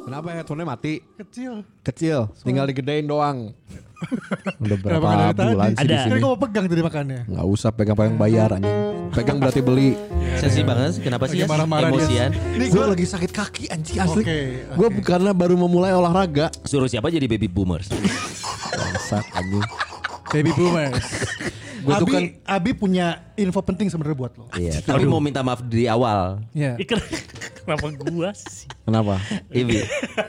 Kenapa headphone-nya mati? kecil Kecil, tinggal digedein doang. Udah berapa Kenapa nggak dari bulan tadi? sih di Ada. kan sini? gue mau pegang jadi makannya Nggak usah pegang-pegang bayar anjing. Pegang berarti beli. Sensi banget sih, kenapa sih Lagi ya? marah-marah dia. Emosian. Ini gue lagi sakit kaki anjing asli. Oke, Gue karena baru memulai olahraga. Suruh siapa jadi baby boomers? Bangsat anjing. baby boomers Gua tuh Abi, kan- Abi punya info penting sebenarnya buat lo Iya, tapi mau minta maaf di awal. Iya. Ih, ken- Kenapa gua sih? Kenapa? Ibi.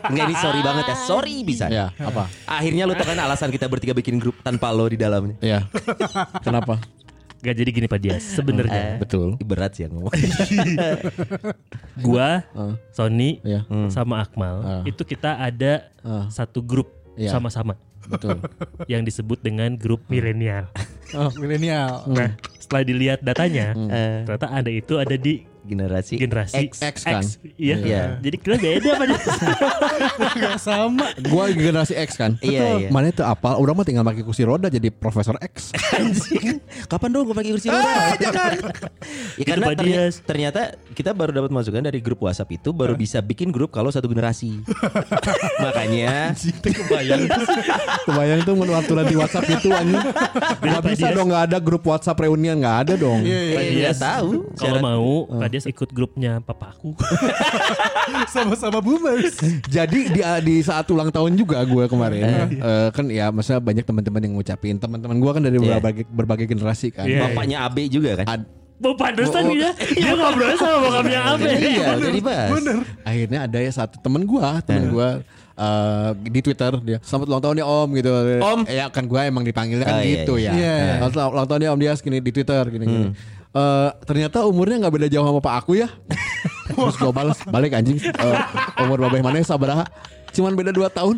Enggak ini sorry banget ya. Sorry bisa. Ya, apa? Akhirnya lu tau kan alasan kita bertiga bikin grup tanpa lo di dalamnya. Ya. Kenapa? Gak jadi gini Pak Dias. Sebenarnya Eh. Betul. Berat sih yang ngomong. Eh. gua, Heeh. Sony, Hmm. Iya. Hmm. sama Akmal Ah. itu kita ada Eh. Ah. satu grup Iya. sama-sama Betul. yang disebut dengan grup Hmm. milenial. Oh, milenial Nah, setelah dilihat datanya, Eh. ternyata ada itu ada di Generasi. Eh, generasi Hmm. X. X kan? Iya. Iya. Jadi kita beda Pak Dias. Gak sama Gua generasi X kan? Iya, iya. Mana itu apa? Orang mah tinggal pakai kursi roda jadi Profesor X. Anjing. Kapan dong gue pakai kursi roda? jangan. ya karena Pak terny- Dias. ternyata kita baru dapat masukan dari grup WhatsApp itu baru bisa bikin grup kalau satu generasi. Makanya Kebayang tuh menu aturan di WhatsApp itu anjing. Gak Pak bisa Dias. dong gak ada grup WhatsApp reunian gak ada dong. Pak Dias Iya, tahu. Kalau Syarat- Eh. mau Pak Dias ikut grupnya papa aku. sama-sama boomers Jadi di, ah, di saat ulang tahun juga gue kemarin eh, kan ya masa banyak teman-teman yang ngucapin teman-teman gue kan dari Iya. berbagai berbagai generasi kan. Iya. Bapaknya Abe juga kan? Ad- Mau pantesan dia, ya? dia ngobrol sama bokapnya Oh, Abe. Iya, udah dibahas. akhirnya ada ya satu teman gue teman gue eh, di Twitter dia selamat ulang tahun ya Om gitu. Om. Ya kan gue emang dipanggilnya kan Oh, iya, gitu iya. Hmm. ya. Iya. Selamat ulang- ulang tahun ya Om dia segini di Twitter gini gini. Eh, ternyata umurnya nggak beda jauh sama pak aku ya. Terus gue balas balik anjing eh, umur babeh mana sabaraha? Cuman beda 2 tahun.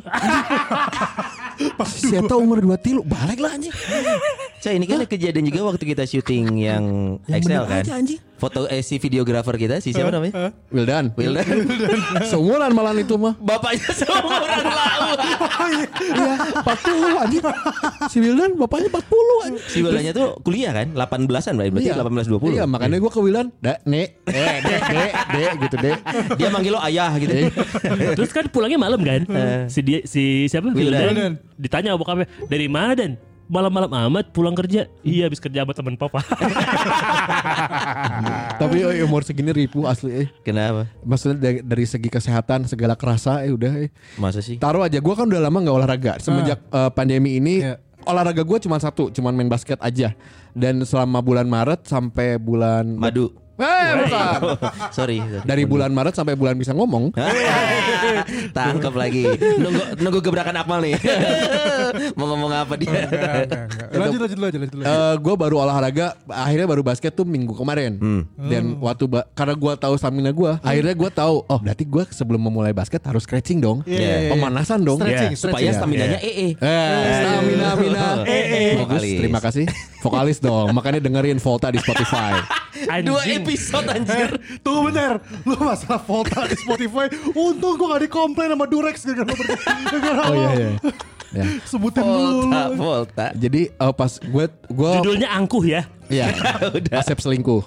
Siapa umur 2 tilu balik lah anjing. Cah ini kan ada kejadian juga waktu kita syuting yang, Excel bener kan. aja, anjing. Foto eh, si videografer kita si siapa namanya? Wildan. Wildan. Seumuran malah itu mah. Bapaknya seumuran lau. Iya, 40 anjing. Si Wildan bapaknya 40 anjing. Si Wildannya tuh kuliah kan, 18-an berarti, berarti 18-20. Iya, makanya gue ke Wildan, "Dek, Nek." Eh, Dek, Dek, Dek gitu, Dek. Dia manggil lo ayah gitu. Iya. Terus kan pulangnya malam kan? si dia si siapa? Wildan. Wildan. Ditanya bokapnya, "Dari mana, Dan?" Malam-malam amat pulang kerja. Iya, habis kerja sama teman papa. Tapi eh, umur segini ribu asli eh. Kenapa? Maksudnya dari, dari segi kesehatan segala kerasa eh udah eh. Masa sih? Taruh aja gue kan udah lama nggak olahraga semenjak eh, pandemi ini. Iya. Olahraga gue cuma satu, cuma main basket aja. Dan selama bulan Maret sampai bulan Madu. Eh, bukan. iya. Sorry. Dari bulan Maret sampai bulan bisa ngomong. Tangkap lagi. Nunggu nunggu gebrakan Akmal nih. Mau ngomong apa Iya. dia? lanjut lanjut lanjut lanjut lanjut. Eh gue baru olahraga akhirnya baru basket tuh minggu kemarin dan waktu ba- karena gue tahu stamina gue akhirnya gue tahu oh berarti gue sebelum memulai basket harus stretching dong Iya. pemanasan dong Stretching, Supaya Iya. stretching. staminanya E ee. Eh, stamina, mina. Bagus, Vokalis. terima kasih. Vokalis dong, makanya dengerin Volta di Spotify. Anjing. Dua episode anjir. Tunggu bentar Lu masalah Volta di Spotify Untung gue gak dikomplain sama Durex Gara-gara lo ber- gara-gara Oh iya, lo iya. Ya. Sebutin Volta, dulu Volta. Jadi eh, pas gue gue Judulnya angkuh ya. Iya. Asep selingkuh.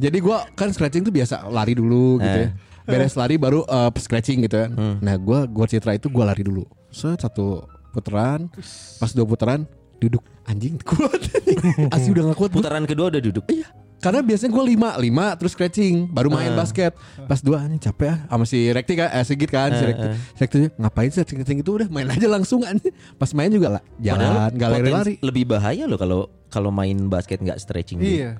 Jadi gua kan scratching tuh biasa lari dulu gitu ya. Beres lari baru uh, scratching gitu kan. Nah, gua gua citra itu gua lari dulu. Set satu putaran, pas dua putaran duduk anjing kuat anjing. asli udah gak kuat gua. Putaran kedua udah duduk. Iya. karena biasanya gua lima lima terus scratching baru main basket pas dua anjing capek ah sama si rekti kan eh, sigit kan si rekti Si rekti ngapain sih scratching itu udah main aja langsung anjing pas main juga lah jalan nggak lari potensi- lari Lebih bahaya loh kalau kalau main basket nggak stretching. dulu. Iya.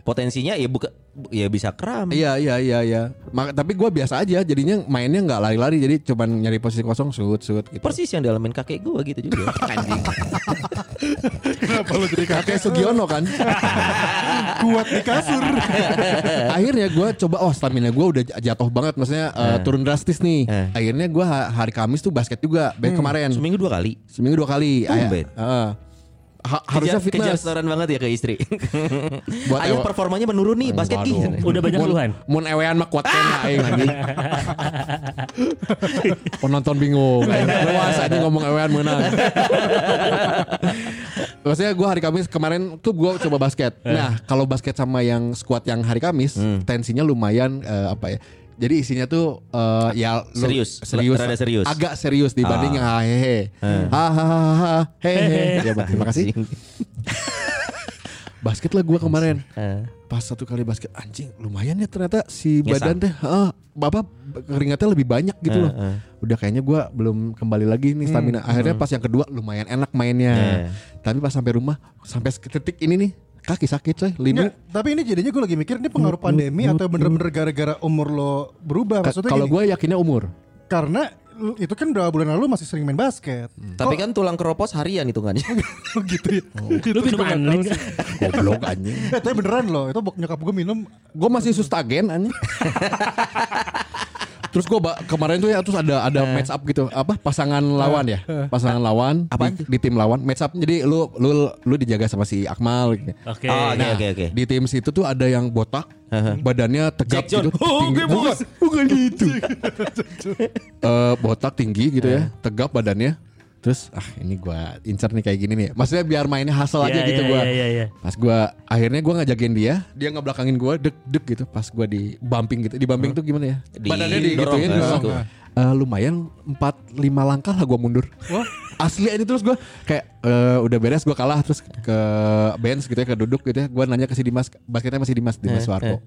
Potensinya ya buka bu- ya bisa kram. Iya iya iya iya. Maka, tapi gue biasa aja jadinya mainnya nggak lari-lari jadi cuman nyari posisi kosong shoot shoot gitu. Persis yang dialamin kakek gua gitu juga. Anjing. Kenapa lo jadi kakek Kayak Sugiono kan. Kuat di kasur Akhirnya gue coba oh stamina gue udah jatuh banget maksudnya eh, turun drastis nih. Eh. Akhirnya gue hari Kamis tuh basket juga baik kemarin. Seminggu dua kali. Seminggu dua kali. Tumben. Ay- Heeh. ha- harusnya Kejar- fitness. kejar setoran banget ya ke istri. Buat Ayo ewa- performanya menurun nih Iya, basket Waduh. ki. Udah banyak Mun- keluhan. Mun ewean mah kuat kena aing anjing. Penonton bingung. aing. Luas aja ngomong ewean menang. Maksudnya gue hari Kamis kemarin tuh gue coba basket. Nah kalau basket sama yang squad yang hari Kamis tensinya lumayan eh, apa ya. Jadi isinya tuh eh, ya lu- Serius. serius, Rada serius. agak serius dibanding yang hehehe, hahaha, hehehe. Ya, terima kasih. Basket lah gue kemarin pas satu kali basket anjing lumayan ya ternyata si Ngesang. badan teh ah, bapak keringatnya lebih banyak gitu loh Heeh. Hmm, udah kayaknya gua belum kembali lagi nih stamina akhirnya pas yang kedua lumayan enak mainnya Iya. tapi pas sampai rumah sampai titik ini nih kaki sakit coy linu Nggak, tapi ini jadinya gue lagi mikir ini pengaruh pandemi atau bener-bener gara-gara umur lo berubah Ka- maksudnya kalau gini, gua yakinnya umur karena lu- itu kan udah bulan lalu masih sering main basket. Tapi Oh. kan tulang keropos harian kan. hitungannya. Oh gitu ya. Lu minum anlin nggak? goblok anjing Eh, tapi beneran loh, itu bok- nyokap gue minum gua masih sustagen anjing terus gua ba- kemarin tuh ya terus ada ada match up gitu apa pasangan lawan ya pasangan lawan apaan di, di tim lawan match up jadi lu lu lu dijaga sama si Akmal gitu. Oke. Oh, Nah, oke, oke. di tim situ tuh ada yang botak, badannya tegap Jack John. gitu. Oh, gue bos. bukan gitu. Eh, botak tinggi gitu ya, tegap badannya. Terus ah ini gua incer nih kayak gini nih. Maksudnya biar mainnya hasil aja Iya, gitu iya, gua. iya, iya, iya. Pas gua akhirnya gua ngajakin dia, dia ngebelakangin gua deg-deg gitu pas gua di bumping gitu. Di bumping tuh gimana ya? Di- digituin, dorong, dorong. gitu. Eh, lumayan 4 5 langkah lah gua mundur. Asli aja terus gua kayak eh, udah beres gua kalah terus ke bench gitu ya, ke duduk gitu ya. Gua nanya ke si Dimas, basketnya masih Dimas, Dimas Suarko.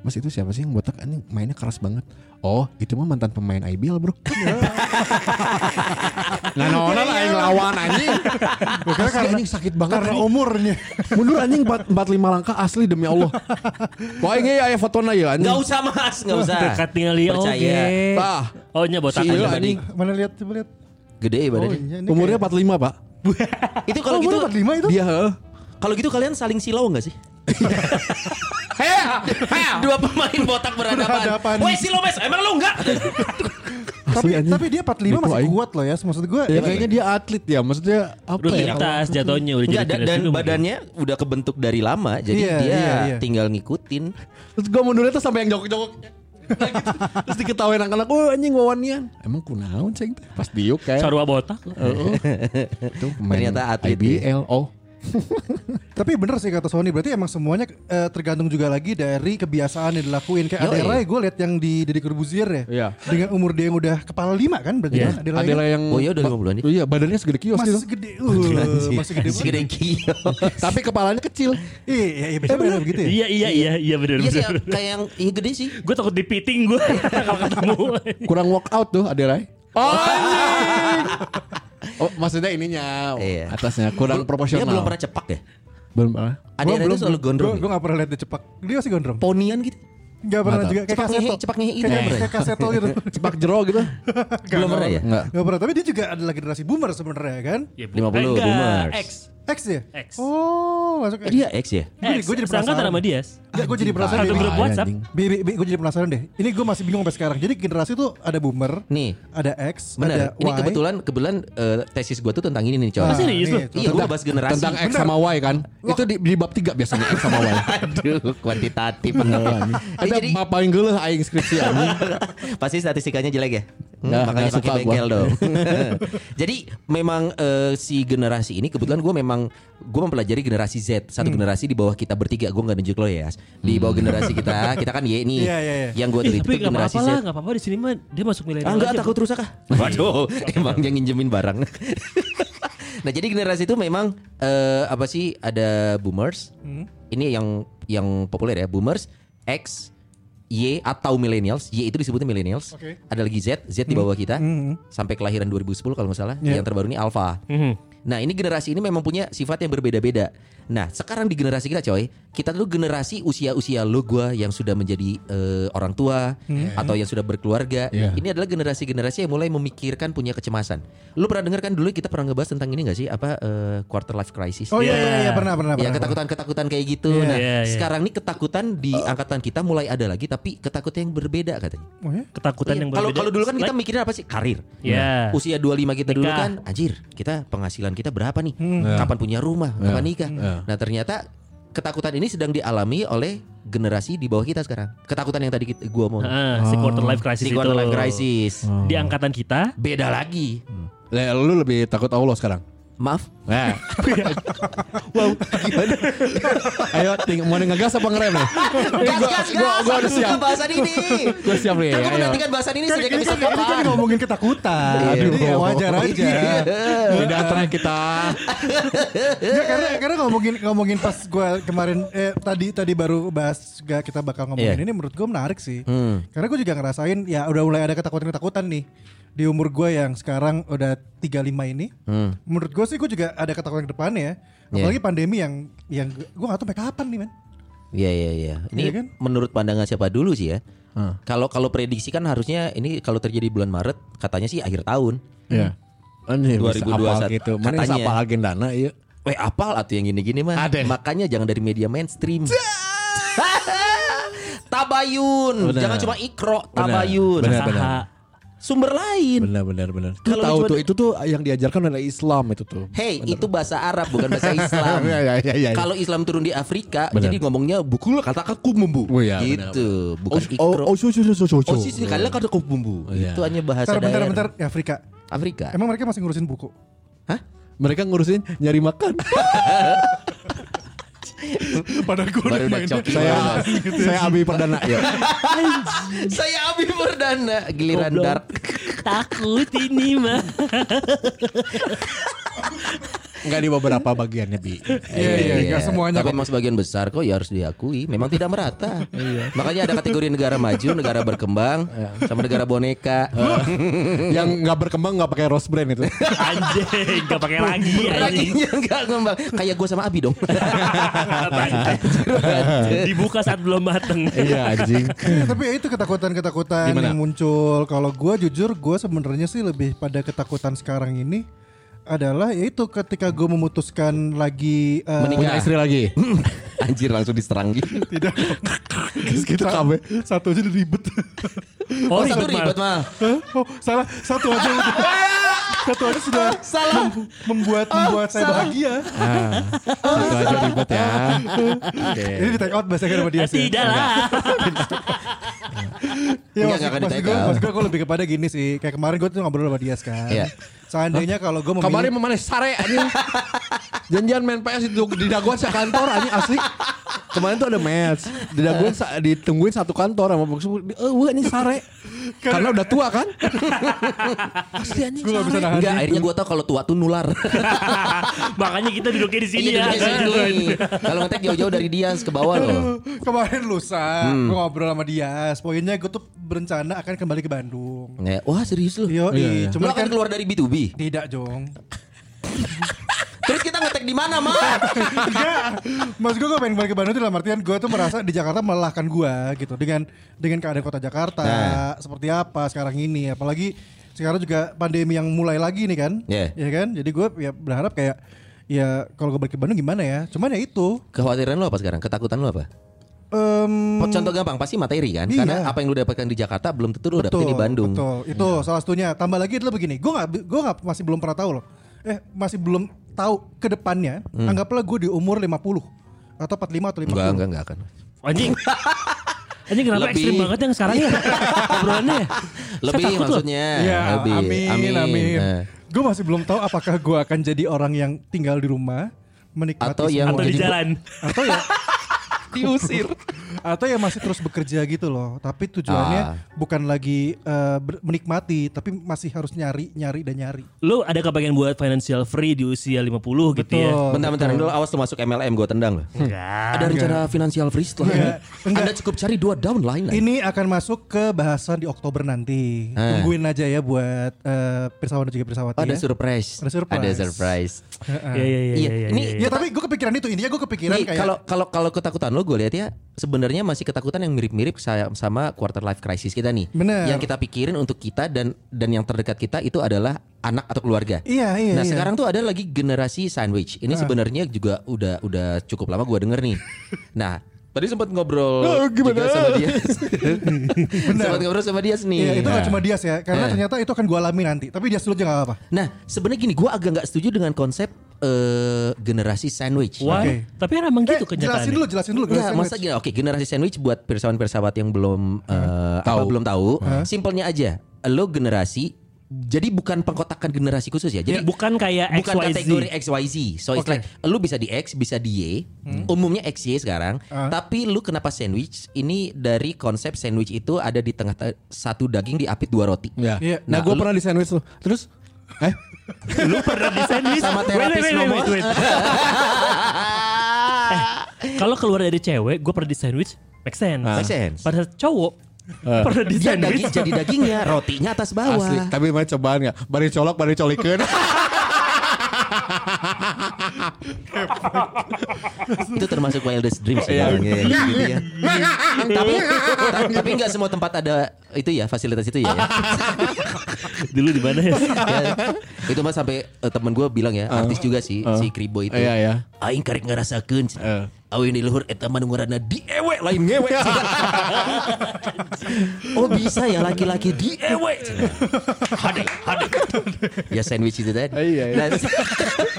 Mas itu siapa sih yang botak anjing mainnya keras banget. Oh, itu mah mantan pemain IBL, Bro. nah, nah, nah, aing lawan anjing. Asli anjing sakit banget. karena anjing. umurnya. Mundur anjing 4 45 langkah asli demi Allah. Wah, ini aya fotona ya anjing. Gak usah mas, gak Oh, usah. Dekat ningali oke. Percaya. Tah. Oh nya botak Si Iya, aja tadi. anjing. Mana lihat coba lihat. Gede ya Oh, badannya. iya, ini Umurnya 45, Pak. Ah, kayak- Itu kalau Oh, gitu, umurnya 45 itu. Dia heeh. kalau gitu kalian saling silau gak sih? Eh! Dua pemain botak Berhadapan. berhadapan. Woi silau mes, emang lu enggak? Tapi, Asli, anjing. tapi dia 45 masih Nipu, aing. kuat loh ya. Maksud gue Ya kayaknya dia atlet ya, maksudnya apa ya? Rutinitas jatuhnya udah jadi Enggak, dan, fitness dan juga mungkin. badannya udah kebentuk dari lama, jadi Iya, dia iya, iya. tinggal ngikutin. Terus gue mundurnya tuh sampai yang jongkok-jongkok. Nah, gitu. Terus diketawain anak-anak, oh anjing wawanian. Emang kunaon ceng teh. Pas diuk kayak. Sarwa botak. Heeh. Itu pemain Ternyata atlet ya. IBL, oh. Tapi bener sih kata Sony berarti emang semuanya eh, tergantung juga lagi dari kebiasaan yang dilakuin kayak Yoi. Adelaide gue lihat yang di Deddy Corbuzier ya. Iya. Dengan umur dia yang udah kepala lima kan berarti kan Adelaide Adalah yang Oh iya, udah lima bulan ya? Iya, badannya segede kan? kios masih gitu. gede. Uh, masih gede. Masih gede banget. kios. Tapi kepalanya kecil. Iya, iya, iya, Eh, bener, bener begitu ya. Iya iya iya iya benar Iya sih, benar. kayak yang iya gede sih. Gue takut dipiting gue kalau ketemu. Kurang workout tuh Adelaide. Oh, anjing. oh maksudnya ininya Iya. atasnya kurang proporsional. Dia belum pernah cepak ya? Belum ah. pernah. Ada yang itu selalu gondrong. Gue ya? gak pernah lihat dia cepak. Dia masih gondrong. Ponian gitu. Gak pernah Nggak juga. Kayak Cepak ngehe, kaseto. cepak ngehe gitu. Kayak- Nggak pernah. Kayak kaseto gitu. Cepak jero gitu. Belum pernah ya? Enggak. Gak pernah. Tapi dia juga adalah generasi boomer sebenarnya kan. Ya, bu- 50 enggak, boomers. X. X ya? X. Oh, masuk Eh, X. dia X ya? X. Gua jadi Seangkatan penasaran. sama dia. Enggak, gue jadi penasaran. Satu Bi. grup Anjing. WhatsApp. Bi, bi, bi, gue jadi penasaran deh. Ini gue masih bingung sampai sekarang. Jadi generasi tuh ada boomer, Nih. ada X, ada Benar. Y. Ini kebetulan kebelan eh, tesis gua tuh tentang ini nih, coy. Ah, nih, serius lu? tuh. Iya, gua bahas generasi. Tentang X sama Y kan. Itu di, di bab 3 biasanya X sama Y. Aduh, kuantitatif banget. Ini Ada jadi mapa yang geuleuh aing skripsi anjing. pasti statistikanya jelek ya. Hmm, Nggak, makanya nggak pakai suka gua. bengkel dong. jadi memang eh, si generasi ini kebetulan gue memang gue mempelajari generasi Z, satu generasi di bawah kita bertiga. Gue nggak nunjuk lo ya. Yas. Di bawah generasi kita, kita kan Y nih. Iya, iya, iya. Yang gue Ih, teliti tapi itu gak generasi Z. apa-apa lah, gak apa-apa di sini mah dia masuk milenial. Ah, enggak aja. takut rusak ah. Waduh, emang yang nginjemin barang. nah, jadi generasi itu memang eh, apa sih ada boomers. Ini yang yang populer ya, boomers, X, Y atau millennials. Y itu disebutnya millennials. Oke. Ada lagi Z, Z di bawah kita. Sampai kelahiran 2010 kalau nggak salah. Yang terbaru ini alpha. Nah, ini generasi ini memang punya sifat yang berbeda-beda. Nah, sekarang di generasi kita coy, kita tuh generasi usia-usia lo gua yang sudah menjadi eh, orang tua atau yang sudah berkeluarga. Iya. Ini adalah generasi-generasi yang mulai memikirkan punya kecemasan. Lu pernah dengar kan dulu kita pernah ngebahas tentang ini gak sih apa eh, quarter life crisis? Oh iya iya iya Iya. pernah pernah Ya pernah. ketakutan-ketakutan kayak gitu. Iya. Nah, Iya, iya. sekarang nih ketakutan di angkatan kita mulai ada lagi tapi ketakutan yang berbeda katanya. Oh, ya? Ketakutan Iya, yang Kalau berbeda. kalau dulu kan kita Like- mikirin apa sih? Karir. Iya. Usia 25 kita dulu Nikah. Hmm. kan anjir, kita penghasilan kita berapa nih? Kapan punya rumah? Kapan nikah? Nah, ternyata ketakutan ini sedang dialami oleh generasi di bawah kita sekarang. Ketakutan yang tadi kita, gua mau Heeh, si quarter life crisis si quarter itu. life crisis. Di angkatan kita Beda lagi. Le- Lu lebih takut Allah sekarang. Maaf. Nah. wow. Ayo, ting- mau ngegas apa ngerem nih? Gas gas Gua, gas. gua udah Aku suka siap. bahasan ini. Gua siap nih. Kan gua Ayo. menantikan bahasan ini Kan ini sejak kan, episode ini kan kapan. ngomongin ketakutan. Iya, Aduh. Jadi ya wajar eh. aja. Tidak try kita. Ya karena karena ngomongin ngomongin pas gue kemarin eh tadi tadi baru bahas gak kita bakal ngomongin Iya. ini menurut gue menarik sih. Hmm. Karena gue juga ngerasain ya udah mulai ada ketakutan-ketakutan nih di umur gue yang sekarang udah 35 ini. Hmm. Menurut gue sih gue juga ada ketakutan ke depannya. Iya. Apalagi pandemi yang yang gue gak tau sampai kapan nih men. Iya iya iya. Ini Iya kan? menurut pandangan siapa dulu sih ya? Kalau kalau prediksi kan harusnya ini kalau terjadi bulan Maret katanya sih akhir tahun. Iya. Anjir, 2021. 2021 gitu. Mana bisa Katanya. apal agendana iya. Weh Eh, apal atau yang gini-gini mah. Ada. Makanya jangan dari media mainstream. tabayun, Benar. jangan cuma ikro, Benar. tabayun. Benar, Saha. benar. Sumber lain. Benar benar benar. Lu Kalau tahu cuma- tuh itu tuh yang diajarkan oleh Islam itu tuh. Hey, itu bahasa Arab bukan bahasa Islam. Iya, iya, iya, iya. Kalau Islam turun di Afrika, Benar. jadi ngomongnya bukul katakan kumumbu. Oh, iya, gitu, bukan ikro. Oh, oh, oh, so, so, so, so, so. Oh, sih sekali kata kup bumbu. Iya. Itu hanya bahasa Bentar bentar daerah. bentar ya Afrika. Afrika. Emang mereka masih ngurusin buku? Hah? Mereka ngurusin nyari makan. Padahal gue Baru udah coki saya Gitu Iya, saya banget. Abi Perdana ya. Saya Abi Perdana Giliran Goblok. Dark takut ini mah. Enggak di beberapa bagiannya Bi. Iya, iya, nggak semuanya Tapi kok. memang sebagian besar kok ya harus diakui Memang tidak merata Iya. Makanya ada kategori negara maju Negara berkembang Sama negara boneka yang nggak berkembang nggak pakai rose brand itu. Anjing, gak pakai lagi anjing. Rakinya nggak ngembang Kayak gue sama Abi dong Dibuka saat belum mateng. Iya anjing. Iya, tapi ya itu ketakutan-ketakutan Gimana? yang muncul. Kalau gue jujur, gue sebenarnya sih lebih pada ketakutan sekarang ini adalah yaitu ketika gue memutuskan lagi eh, Punya istri lagi. Anjir langsung diserang gitu tidak Gitu kabe. satu aja udah ribet. Oh, Satu ribet ribet banget. mah Hah? oh salah satu aja udah satu aja sudah Salah Oh, mem- membuat membuat saya bahagia. Ah, Satu aja ribet ya. Oke. Ini di take out bahasanya sama dia sih. Eh, Tidak lah. Iya, Ya, Enggak, maksud, enggak akan maksud di-take gue, out. maksud gue, gue lebih kepada gini sih. Kayak kemarin gue tuh ngobrol sama dia kan. Iya. Seandainya kalau gue memilih Kemarin mana sare anjing. Janjian main PS itu di daguan sekantor anjing asli. Kemarin tuh ada match. Di daguan sa- ditungguin satu kantor sama bos. Eh, wah, ini sare. Karena udah tua kan? Asli anjing. gue gak bisa sare. nahan Enggak diri. akhirnya gue tau kalau tua tuh nular Makanya kita duduknya di sini Iya, ya. duduknya sini. Kalau ngetek jauh-jauh dari dia ke bawah loh Kemarin lusa, gue ngobrol sama Dias. Poinnya gue tuh berencana akan kembali ke Bandung. Ya, Wah serius lu Yo, Iya, iya. Lu cuman akan kan keluar dari B2B tidak jong. Terus kita ngetek di mana, Mak? Enggak, mas gue pengen balik ke Bandung tuh dalam artian gue tuh merasa di Jakarta melelahkan gue gitu dengan dengan keadaan kota Jakarta Nah. seperti apa sekarang ini, apalagi sekarang juga pandemi yang mulai lagi nih kan, Iya. ya kan, jadi gue ya berharap kayak ya kalau gue balik ke Bandung gimana ya, cuman ya itu. Kekhawatiran lo apa sekarang? Ketakutan lo apa? Em, Hmm. Contoh gampang pasti materi kan? Iya. Karena apa yang lu dapatkan di Jakarta belum tentu lu dapetin di Bandung. Iya. Betul. Itu salah satunya. Tambah lagi adalah begini, gue nggak, gue nggak masih belum pernah tahu loh. Eh masih belum tahu ke depannya. Anggaplah gue di umur 50 atau 45 atau 50. Hmm. Enggak, enggak, enggak akan. Anjing. Anjing kenapa Lebih. ekstrim banget yang sekarang ya? Obrolannya. ya? Saya Lebih takut loh. maksudnya. Ya, lebih. amin, amin. Nah. Gue masih belum tahu apakah gue akan jadi orang yang tinggal di rumah menikmati Atau yang Atau semua. di Jadi- jalan. atau ya Diusir. atau yang masih terus bekerja gitu loh tapi tujuannya Ah. bukan lagi eh, ber- menikmati tapi masih harus nyari nyari dan nyari Lu ada kepengen buat financial free di usia 50 gitu ya? Oh, Betul. Bentar-bentar dulu awas tuh masuk MLM gue tendang loh. Enggak. Ada rencana financial free setelah ini. Enggak. Iya. Enggak. Anda cukup cari dua downline. lah. ini akan masuk ke bahasan di Oktober nanti Ah. tungguin aja ya buat eh, Pirsawan dan juga Pirsawati Oh, ada ya. surprise. Ada surprise. Ada surprise. Iya iya Iya, iya iya. ini- ya iya, iya. tapi gue kepikiran itu intinya gue kepikiran Nih, kayak kalau kalau kalau ketakutan lo gue lihat ya sebenarnya masih ketakutan yang mirip-mirip saya- sama quarter life crisis kita nih. Bener. Yang kita pikirin untuk kita dan dan yang terdekat kita itu adalah anak atau keluarga. Iya, iya, iya. Nah Ah. sekarang tuh ada lagi generasi sandwich. Ini sebenarnya juga udah udah cukup lama gue denger nih. Nah tadi sempat ngobrol Oh, juga sama dia. sempat ngobrol sama dia nih. Iya, itu nggak Nah. cuma Dias ya, karena Nah. ternyata itu akan gue alami nanti. Tapi Dias dulu aja nggak apa-apa. Nah sebenarnya gini gue agak nggak setuju dengan konsep eh, generasi sandwich. Wah, Oke. tapi kan emang gitu eh, jelasin dulu, kenyataannya. jelasin dulu. Enggak, jelasin Iya, masa gitu dulu. gini. Oke, generasi sandwich buat pirsawan-pirsawat yang belum eh, apa, belum tahu, simpelnya aja. Lo generasi jadi bukan pengkotakan generasi khusus ya. Iya. Jadi bukan kayak Eh, bukan XYZ. kategori XYZ. So it's Oke. Hmm. like lu bisa di X, bisa di Y. Umumnya XY sekarang. Ah. Tapi lu kenapa sandwich? Ini dari konsep sandwich itu ada di tengah te- satu daging diapit dua roti. Ya. Iya. Nah, Nah, gue lu- pernah di sandwich tuh. Terus eh Lu pernah di sandwich Sama terapis nomor. Ah! Kalau keluar dari cewek, gue pernah di sandwich, make sense. Make sense. Pada cowok, pernah Eh, Ah. di Dia sandwich. daging, jadi dagingnya, rotinya atas bawah. asli. Tapi mana cobaan enggak? Bari colok, bari colikeun. itu termasuk wildest dreams ya. Iya, iya, gitu ya. tapi tapi nggak semua tempat ada itu ya fasilitas itu ya. Dulu di mana ya? Ya, itu mah sampai eh, temen gue bilang ya artis juga sih si Kribo itu. Eh. Iya, iya. Aing karek ngerasakan Eh. Awin di luhur eta mah nu ngaranna diewe lain ngewe. oh bisa ya laki-laki diewe. Hade, hade. ya sandwich itu tadi. Iya, iya. Nah,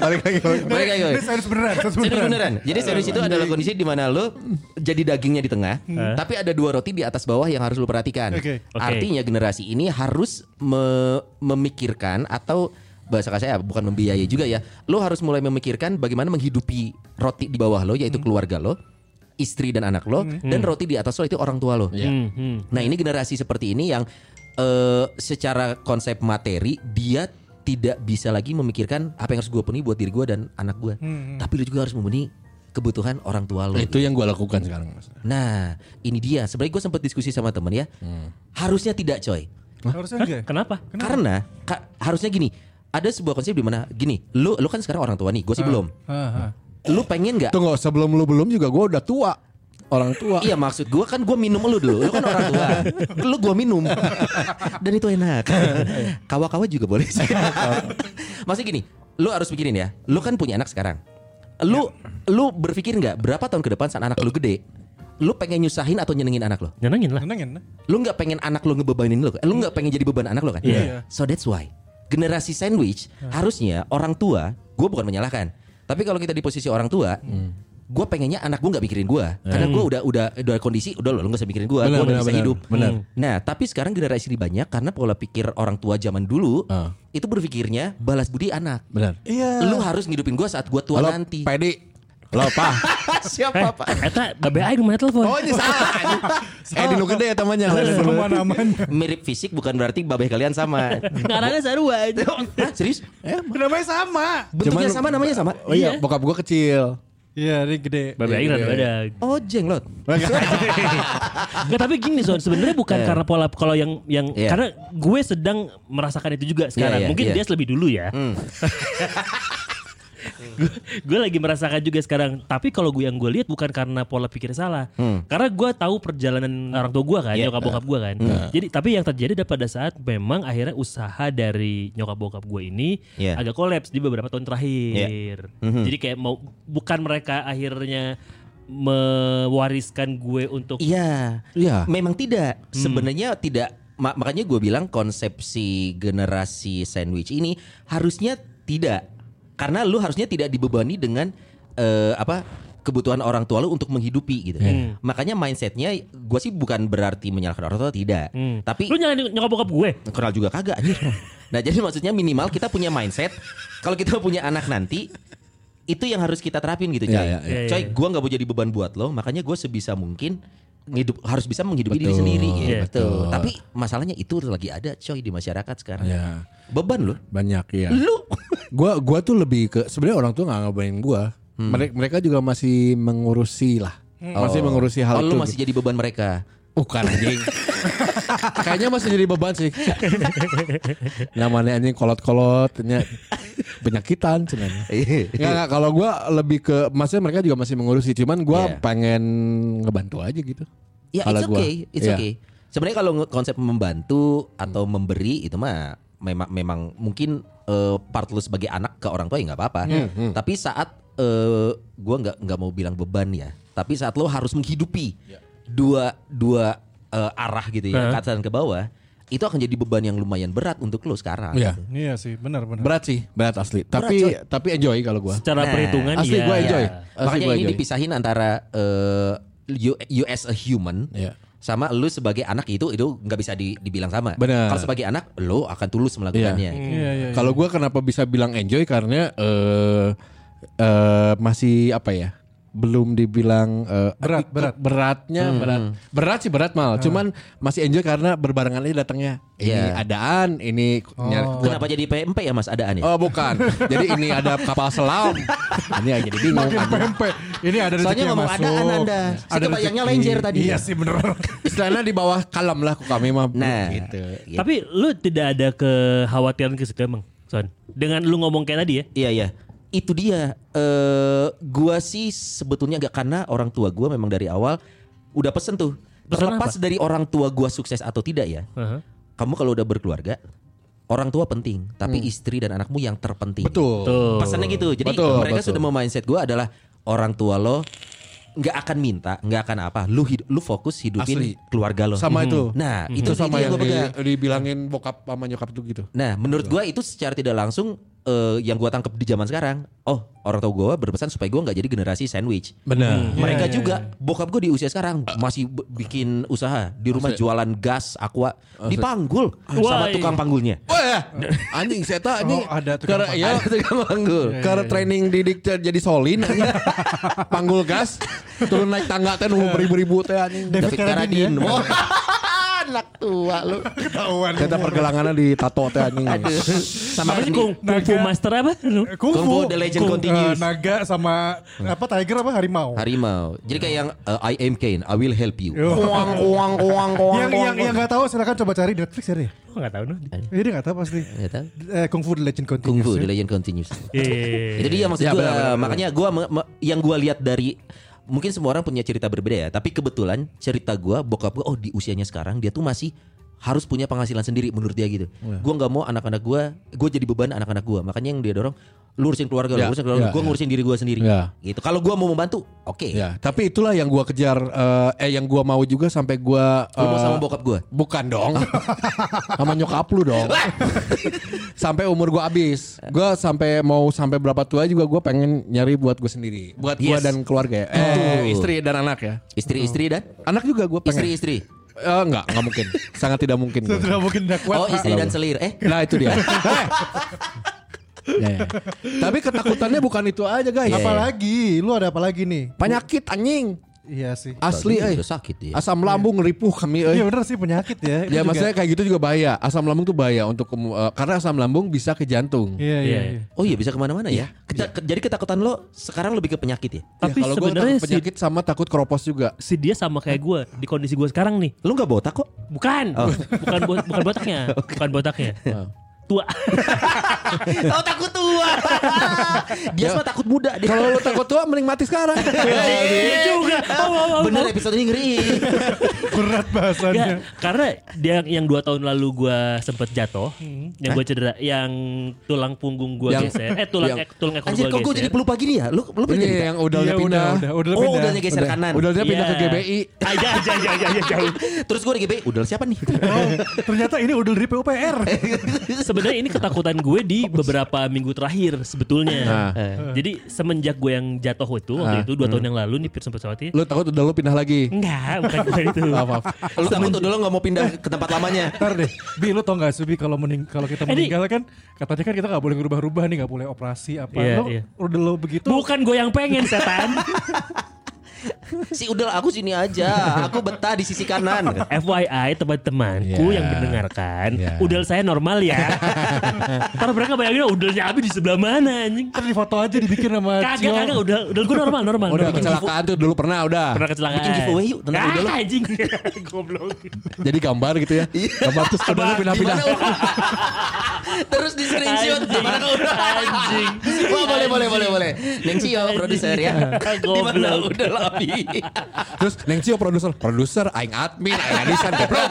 Balik lagi. balik lagi. Balik lagi. Ini serius beneran, serius Serius beneran. ya, beneran. Jadi serius itu adalah kondisi di mana lo jadi dagingnya di tengah, Eh. tapi ada dua roti di atas bawah yang harus lo perhatikan. Oke. Oke. Artinya generasi ini harus me- memikirkan atau bahasa kasar saya bukan membiayai juga ya. Lo harus mulai memikirkan bagaimana menghidupi roti di bawah lo yaitu keluarga lo, istri dan anak lo, dan roti di atas lo itu orang tua lo. Hmm, hmm. Nah ini generasi seperti ini yang eh, secara konsep materi dia tidak bisa lagi memikirkan apa yang harus gue penuhi buat diri gue dan anak gue. Tapi lu juga harus memenuhi kebutuhan orang tua lo. Itu yang gue lakukan sekarang. Mas. Nah ini dia. Sebenarnya gue sempat diskusi sama temen ya. Hmm. Harusnya tidak coy. Harusnya enggak. ya? Kenapa? Karena ka- harusnya gini. Ada sebuah konsep di mana gini. Lu lu kan sekarang orang tua nih. Gue sih belum. Ah, ah. Lu pengen nggak? Tunggu, sebelum lu belum juga gue udah tua. Orang tua. Iya maksud gue kan gue minum lu dulu Lu kan orang tua Lu gue minum Dan itu enak Kawa-kawa juga boleh sih Maksudnya gini Lu harus pikirin ya Lu kan punya anak sekarang Lu lu berpikir nggak Berapa tahun ke depan saat anak lu gede Lu pengen nyusahin atau nyenengin anak lo Nyenengin lah. Senengin, nah. Lu nggak pengen anak lu ngebebanin lu kan? Lu nggak pengen jadi beban anak lu kan Iya. So that's why Generasi sandwich Iya. Harusnya orang tua Gue bukan menyalahkan Tapi kalau kita di posisi orang tua Hmm. Gue pengennya anak gue nggak mikirin gue Karena gue udah, udah udah kondisi Udah loh lu gak usah mikirin gue Gue Benar, udah benar, bisa benar. hidup Benar. Hmm. Nah tapi sekarang generasi ini banyak Karena pola pikir orang tua zaman dulu Ah. Itu berpikirnya Balas budi anak Benar. Iya. Lu harus ngidupin gue saat gue tua Halo, nanti Pedi. Lo, Pak. Eh, Siapa pak Eta, babe aing mana telepon. Oh, ini iya. salah. eh, di lu gede ya temannya. Semua namanya. Mirip fisik bukan berarti babeh kalian sama Karena sarua. Hah, Serius? Namanya sama. Bentuknya Eh, Cuman- sama namanya sama Oh iya, bokap gue kecil. Iya, ini gede. Babe aing rada ada. Ojeng Oh, lot Nggak, tapi gini Son, sebenarnya bukan Iya. karena pola kalau yang yang Iya. karena gue sedang merasakan itu juga sekarang. iya, Mungkin iya. dia lebih dulu ya. Gue- gue lagi merasakan juga sekarang. Tapi kalau gue yang gue lihat bukan karena pola pikir salah. Karena gue tahu perjalanan orang tua gue kan, Hmm. Iya. nyokap bokap gue kan. Jadi tapi yang terjadi adalah pada saat memang akhirnya usaha dari nyokap bokap gue ini Iya. Mhm. agak kolaps di beberapa tahun terakhir. Jadi kayak mau bukan mereka akhirnya mewariskan gue untuk Iya. Iya. Memang tidak. Sebenarnya tidak. Ma- makanya gue bilang konsepsi generasi sandwich ini harusnya tidak. Karena lu harusnya tidak dibebani dengan eh, apa kebutuhan orang tua lu untuk menghidupi gitu. Makanya mindsetnya gue sih bukan berarti menyalahkan orang tua tidak. Tapi Hmm. Lu nyalain nyokap bokap gue. kenal juga kagak anjir. Nah, jadi maksudnya minimal kita punya mindset kalau kita punya anak nanti itu yang harus kita terapin gitu coy. Iya, iya, iya. Coy, gua nggak mau jadi beban buat lo, makanya gue sebisa mungkin ngidup harus bisa menghidupi diri Betul, sendiri Iya. betul. betul. Tapi masalahnya itu lagi ada coy di masyarakat sekarang. Ya. Beban loh. banyak ya. Lu Gua gua tuh lebih ke sebenarnya orang tuh nggak ngabain gua. Mereka mereka juga masih mengurusi lah. Masih mengurusi hal itu. Hmm. oh, gitu. lu masih jadi beban mereka. Bukan anjing. Kayaknya masih jadi beban sih. Namanya anjing kolot-kolot, nya penyakitan cuman. Iya. Enggak, enggak, kalau gua lebih ke maksudnya mereka juga masih mengurusi, cuman gua Iya. pengen ngebantu aja gitu. Ya Kalau it's gua. okay, it's Iya. okay. Sebenarnya kalau nge- konsep membantu atau memberi itu mah memang memang mungkin eh, part lu sebagai anak ke orang tua ya nggak apa-apa. Hmm, Tapi saat eh, gua nggak nggak mau bilang beban ya, tapi saat lo harus menghidupi dua dua eh, arah gitu ya, ke atas dan ke bawah, itu akan jadi beban yang lumayan berat untuk lo sekarang. Iya. Iya sih, benar benar. Berat sih, berat asli. tapi tapi enjoy kalau gua. Secara Nah, perhitungan asli ya. gua enjoy. ya. Asli Makanya gua ini enjoy. dipisahin antara eh, you, you as a human Iya. sama lu sebagai anak itu itu nggak bisa di- dibilang sama. Benar. Kalau sebagai anak lu akan tulus melakukannya. Iya iya. iya. Kalau gua kenapa bisa bilang enjoy karena eh eh, masih apa ya? Belum dibilang eh, Berat, aduh, berat. Hmm. beratnya berat. Berat sih berat mal, cuman masih enjoy karena berbarengan aja datangnya. Ini Iya. adaan, ini Oh. nyari buat- Kenapa jadi PMP ya Mas adaan ya? Oh bukan. jadi ini ada kapal selam. ini ya jadi bingung. anjing. Pempe. Ini ada rezeki Soalnya yang ngomong masuk. adaan Anda. Saya Ada kebayangnya rezeki. lenjer tadi. Iya sih bener. Istilahnya di bawah kalam lah ku kami mah. Nah, gitu. Iya. Tapi lu tidak ada kekhawatiran ke situ emang, Son. Dengan lu ngomong kayak tadi ya. Iya iya. Itu dia. Eh gua sih sebetulnya gak karena orang tua gua memang dari awal udah pesen tuh. Pesen Terlepas dari orang tua gua sukses atau tidak ya. Aha. Uh-huh. Kamu kalau udah berkeluarga, orang tua penting, tapi istri dan anakmu yang terpenting. Hmm. Betul. Tuh. Pesannya gitu. Jadi Betul, mereka betul. sudah mau mindset gua adalah orang tua lo nggak akan minta, nggak akan apa. Lu hid- lu fokus hidupin Asli. keluarga lo. Sama itu. Nah, Itu itu, sama itu yang gua pegang. di- dibilangin bokap sama nyokap tuh gitu. Nah, menurut gua itu secara tidak langsung eh, yang gua tangkap di zaman sekarang. Oh, orang tua gua berpesan supaya gua nggak jadi generasi sandwich. Benar. Mereka juga iya. bokap gua di usia sekarang Ah. masih b- bikin usaha di rumah jualan gas aqua dipanggul sama Wah, tukang iya. panggulnya. Wah, Oh, anjing saya tak anjing. Oh, ada tukang Iya, karena ya, tukang panggul. Karena training didik teh jadi solin anjing. panggul gas turun naik tangga teh nunggu beribu-ribu teh anjing. Iya. Oh. David Carradine. ya? Carradine. Wah, Ketahuan. Kita pergelangannya di tato teh anjing. Sama sih kung, kung fu Naga. master apa? Lu? Kung Fu The Legend Kung- eh, Continues. naga sama apa tiger apa harimau. harimau. Jadi kayak yang uh, I am Kane, I will help Iya. you. Yo. Kuang kuang kuang kuang. yang yang yang nggak tahu silakan coba cari di Netflix ya. Gua nggak tahu noh. Ini nggak tahu pasti. Nggak tahu. Eh, Kung Fu The Legend Kung Continues. Eh, Fu The kan? Legend Continues. Iya. Itu dia maksud Ya, gua. benar, benar, benar. Makanya gua me- me- yang gua lihat dari mungkin semua orang punya cerita berbeda ya, tapi kebetulan cerita gua bokap gua oh di usianya sekarang dia tuh masih harus punya penghasilan sendiri menurut dia gitu. Gua nggak mau anak-anak gua, gua jadi beban anak-anak gua. Makanya yang dia dorong lu urusin keluarga, lu Ya, urusin keluarga, ya, gua ya. ngurusin diri gua sendiri. Ya. Gitu. Kalau gua mau membantu, oke. Ya, tapi itulah yang gua kejar eh eh, yang gua mau juga sampai gua Lu mau eh, sama bokap gua? Bukan dong. sama nyokap lu dong. sampai umur gua habis. Gua sampai mau sampai berapa tua juga gua pengen nyari buat gua sendiri. Buat gua Yes. dan keluarga ya. Eh, istri dan anak ya. Istri-istri dan Anak juga gua pengen. istri-istri. Eh, enggak, enggak mungkin. Sangat tidak mungkin. gua. Tidak mungkin nggak kuat. Oh, Pak. istri dan selir. Eh, Nah, itu dia. Eh. Ya, ya. Tapi ketakutannya bukan itu aja, guys. Apalagi, lu ada apa lagi nih? Penyakit anjing. Iya sih. Asli Tadi eh. udah sakit dia. Asam lambung ripuh kami eh. Iya bener sih penyakit ya. Itu Ya juga- maksudnya kayak gitu juga bahaya. Asam lambung tuh bahaya untuk kemu- eh, karena asam lambung bisa ke jantung. Iya iya. Iya. iya. Oh iya bisa kemana-mana ya. Kita- ke- Jadi ketakutan lo sekarang lebih ke penyakit ya? Tapi ya, kalau gue sebenarnya takut si, penyakit sama takut keropos juga. si dia sama kayak gua di kondisi gua sekarang nih. Lo nggak botak kok? Bukan, bukan bo- bukan botaknya, bukan botaknya. Tua. oh takut tua. dia mah takut muda. Dia. Kalau lo takut tua mending mati sekarang. Iya juga. Oh, oh, oh, Bener oh. episode ini ngeri. Berat bahasannya. Nggak, karena dia yang dua tahun lalu gua sempet jatuh, yang gua cedera, yang tulang punggung gua Yang- geser, eh tulang yang- ek- tulang ekor Anjir gua kok gue jadi geser. pelupa gini ya? Lo lo Ini jadi yang udalnya Iya, pindah. Udah, udah, udah, Oh pindah. udahnya geser kanan. Udalnya pindah ke Iya. GBI. Aja aja aja aja aja, iya, jauh. Terus gue di GBI, udal siapa nih? Oh, ternyata ini udah dari PUPR. Eh. Sebenarnya ini ketakutan gue di beberapa minggu terakhir sebetulnya. Nah. Eh, Jadi semenjak gue yang jatuh itu waktu itu dua Hmm. tahun yang lalu nih Pirsa Pesawati. Lo takut udal lo pindah lagi. Enggak, bukan bukan itu. Maaf, maaf. Lo takut udal lo nggak mau pindah ke tempat lamanya. Ntar deh, Bi lu tau gak sih Bi kalau mening kalau kita Eh, Di. meninggal kan katanya kan kita gak boleh ngerubah-rubah nih gak boleh operasi apa Iya, lo iya. udah lo begitu Bukan gue yang pengen setan. si udel aku sini aja. Aku betah di sisi kanan. Eh, FYI Iya. teman-temanku yang mendengarkan, Iya. udel saya normal ya. Ntar mereka bayangin "Oh, udelnya Abi di sebelah mana anjing. Terus di foto aja dibikin sama Kagak Cio. kagak udel udel gue normal normal. Udah Bikin giveaway- kecelakaan tuh dulu pernah udah. gitu. Pernah kecelakaan. Bikin giveaway yuk tentang Ah, udel lo. anjing. Goblok. Jadi gambar gitu ya. Iya. Gambar terus udah pindah-pindah. Gimana, Udel? Terus di screenshot. Anjing. Gimana, Udel? Anjing. Wah, boleh boleh boleh boleh. Neng Cio produser ya. Di mana Goblok. udel abi? Terus Neng Cio produser, produser aing admin, aing adisan goblok.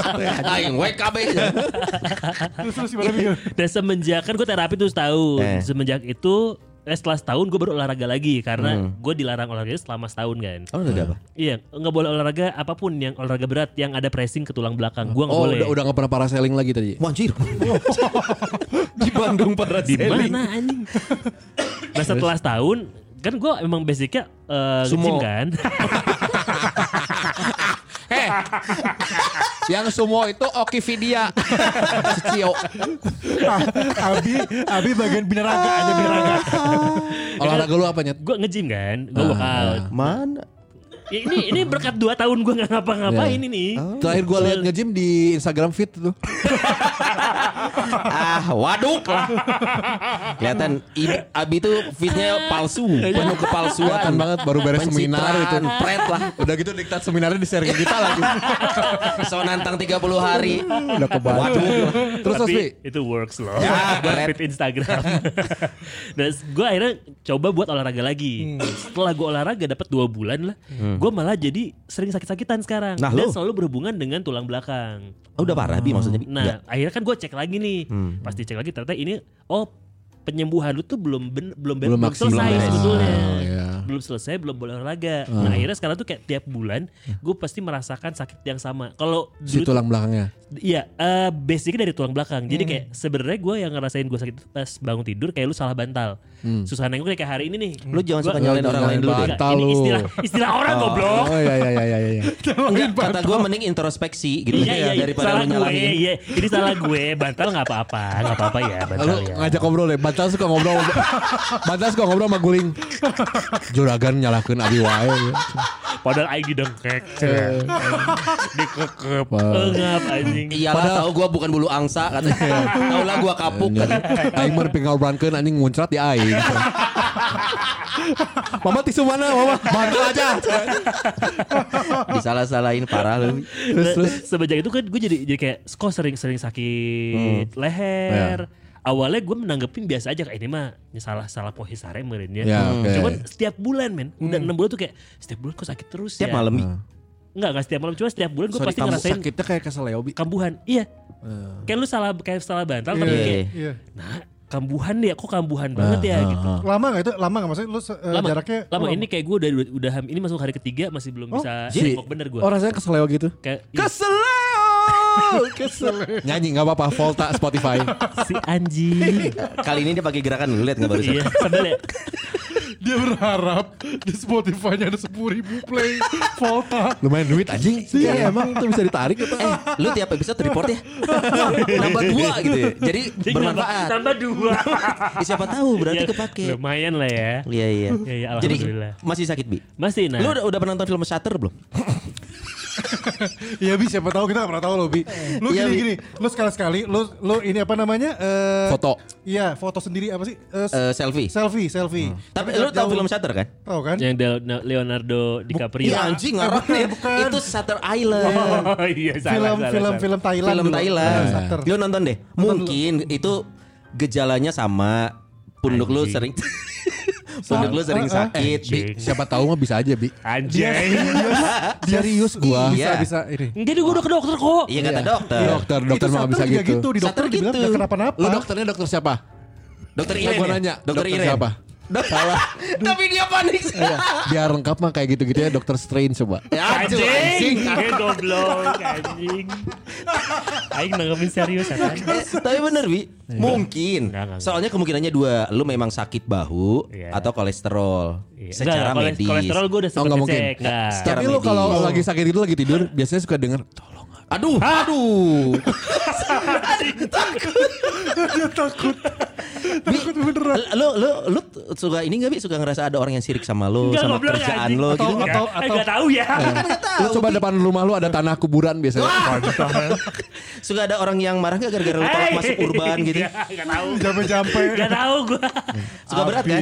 Aing WKB. Terus terus gimana bikin? Dan semenjak kan gue terapi tuh setahun. Eh. Semenjak itu eh, setelah setahun gue baru olahraga lagi karena gue dilarang olahraga selama setahun kan. Hmm. Oh, udah apa? Iya nggak boleh olahraga apapun yang olahraga berat yang ada pressing ke tulang belakang. Gue nggak Oh, boleh. udah udah enggak pernah parasailing lagi tadi. Wanjir. Di Bandung para Di mana anjing? nah setelah setahun kan gue emang basicnya eh, Sumo. nge-gym kan. Heh. Yang sumo itu Okividia. Si Cio. Abi Abi bagian binaraga aja binaraga. Olahraga lu apanya? gue nge-gym kan, gue Ah. workout. Mana? Ya, ini ini berkat 2 tahun gue nggak ngapa-ngapain Iya. ini. Oh. Terakhir gua lihat nge-gym di Instagram feed tuh. Ah, waduk lah. Kelihatan I- Abi tuh fitnya palsu, penuh Kelihatan kepalsuan. banget baru beres seminar itu. Pencitraan, pret lah. Udah gitu diktat seminarnya di sharing kita lagi. So nantang 30 hari. Udah kebalik. Waduh. Terus Tapi Asmi, itu works loh. Ya, buat keren. fit Instagram. Dan gue akhirnya coba buat olahraga Hmm. lagi. Setelah gue olahraga dapat dua bulan lah, gue malah jadi sering sakit-sakitan sekarang. Nah, Dan lo? selalu berhubungan dengan tulang belakang. Oh, udah parah Abi maksudnya. Bi? Ya. Nah, akhirnya kan gue cek lagi nih. Hmm. Pasti cek lagi ternyata ini oh penyembuhan lu tuh belum ben- belum be- Belum belum maksimal. selesai Ah, sebetulnya. iya. Ah. Belum selesai, belum boleh olahraga. Nah, akhirnya sekarang tuh kayak tiap bulan gue pasti merasakan sakit yang sama. Kalau si dulu tuh- tulang belakangnya. Iya, eh, basicnya dari tulang belakang. Jadi Hmm. kayak sebenarnya gue yang ngerasain gue sakit itu pas bangun tidur kayak lu salah bantal. Susah nengok kayak hari ini nih. Hmm. Lu jangan Gua- suka nyalain Jangan orang lain dulu. deh. banget. Hmm. bantal Ini lu. istilah istilah orang goblok. Oh iya iya iya iya iya. Enggak, kata gue mending introspeksi gitu Iya, iya, iya. daripada salah lu gue, nyalahin. iya. Ini salah gue, bantal nggak apa-apa, nggak apa-apa ya, Lalu bantal ya. ngajak ngobrol deh. Bantal suka ngobrol. Bantal suka ngobrol sama guling. Juragan nyalahkan abi wae. Padahal aing didengkek, Iya. cek. dikekep, Wah. engap anjing. Iyalah Iya, tahu gue bukan bulu angsa katanya. tahu lah gue kapuk. Aing mah pengen ngobrolkan anjing muncrat di aing. Mama tisu mana mama? Bantal aja. Disalah-salahin parah lu. Terus terus. Semenjak itu kan gue jadi jadi kayak kok sering-sering Hmm. sakit leher. Iya. Awalnya gue menanggapin biasa aja kayak ini mah ya salah salah pohe sare meureun ya. Ya, Hmm. oke. Cuman setiap bulan men, udah enam bulan tuh kayak setiap bulan kok sakit terus Setiap ya. malam. Bi. Enggak, enggak setiap malam, cuma setiap bulan gue Sorry, pasti kamu ngerasain sakitnya kayak kesel ya Obi. kambuhan. Iya. Eh. Kayak lu salah kayak salah bantal tapi Iya. kayak Iya. nah kambuhan ya kok Eh, kambuhan banget ya gitu. Lama nggak itu? Lama nggak maksudnya lu se- eh, Lama, jaraknya? lama ini kayak gue udah, udah udah ham- ini masuk hari ketiga masih belum Oh, Iya, bisa Si- nengok bener gue. Oh rasanya kesel ya gitu. Kayak ih, Kesel. Kesel. Nyanyi nggak apa-apa. Volta Spotify. si anjing. Kali ini dia pakai gerakan lu lihat enggak barusan. Iya, sebel ya. Dia berharap di Spotify-nya ada 10.000 play Volta. Lumayan duit anjing. Iya emang tuh bisa ditarik gitu. Eh, lu tiap episode report ya. Nambah dua gitu ya. Jadi Jadi bermanfaat. Nambah, nambah dua. Ya, siapa tahu berarti Ya, kepake. Lumayan lah ya. Iya iya. Ya, ya, Jadi alhamdulillah. masih sakit bi. Masih nah. Lu udah, udah pernah nonton film Shutter belum? Iya bi siapa tahu kita gak pernah tahu loh bi. Lu Iya, gini Bi. gini, lu sekali sekali, lu lu ini apa namanya? Eh, Foto. Iya foto sendiri apa sih? Eh, Eh, selfie. selfie selfie. Tapi lu tahu film Shutter kan? Tahu kan? yang Del- Leonardo DiCaprio. Iya anjing ngarep bukan, nih. bukan. Itu Shutter Island. Oh iya film salah salah, film salah. film Thailand. film dulu. Thailand. Iya. Nah, Shutter. Lu nonton deh. Mungkin itu gejalanya sama punduk lu Anjing. sering punduk lu sering sakit. Bi. Anjing. Siapa tahu mah bisa aja bi. Eh, Dia Anjing. serius, dia serius gua. Bisa Iya. bisa ini. Jadi gue udah ke dokter kok. Iya kata dokter. Dokter dokter mah Itu Shutter bisa juga gitu. Di dokter Shutter dibilang gitu. gak kenapa-napa. Lu dokternya dokter siapa? Dokter Nah, Iren. gua ya? nanya, Dokter dokter Iren. siapa? Dok- Tapi dia panik. Iya. Biar lengkap mah kayak gitu-gitu ya dokter Strange coba. Ya, Anjing. anjing. Anjing. Gue goblok anjing. Aing nanggepin serius kan. Eh, tapi bener Wi, mungkin. Enggak, enggak, Soalnya kemungkinannya dua, lu memang sakit bahu Iya. atau kolesterol Iya. secara Enggak, kole- medis. Kolesterol gue udah Oh, sempet nggak mungkin. cek. Secara Tapi lu medis. kalau lagi sakit itu lagi tidur biasanya suka denger tolong. Aduh, aduh. Dia takut. Takut beneran. Lo lo lo suka ini gak bi suka ngerasa ada orang yang sirik sama lo Enggak, sama goblok, kerjaan anjing. lo gitu? Atau- atau- eh gak tahu ya Lu coba depan rumah lu ada tanah kuburan biasanya. Suka ada orang yang marah gak gara-gara lu tolak Hey. Iya. masuk urban gitu? Gak gak Eh. tahu Jampe-jampe. Iya, Gak tahu gue Suka berat kan?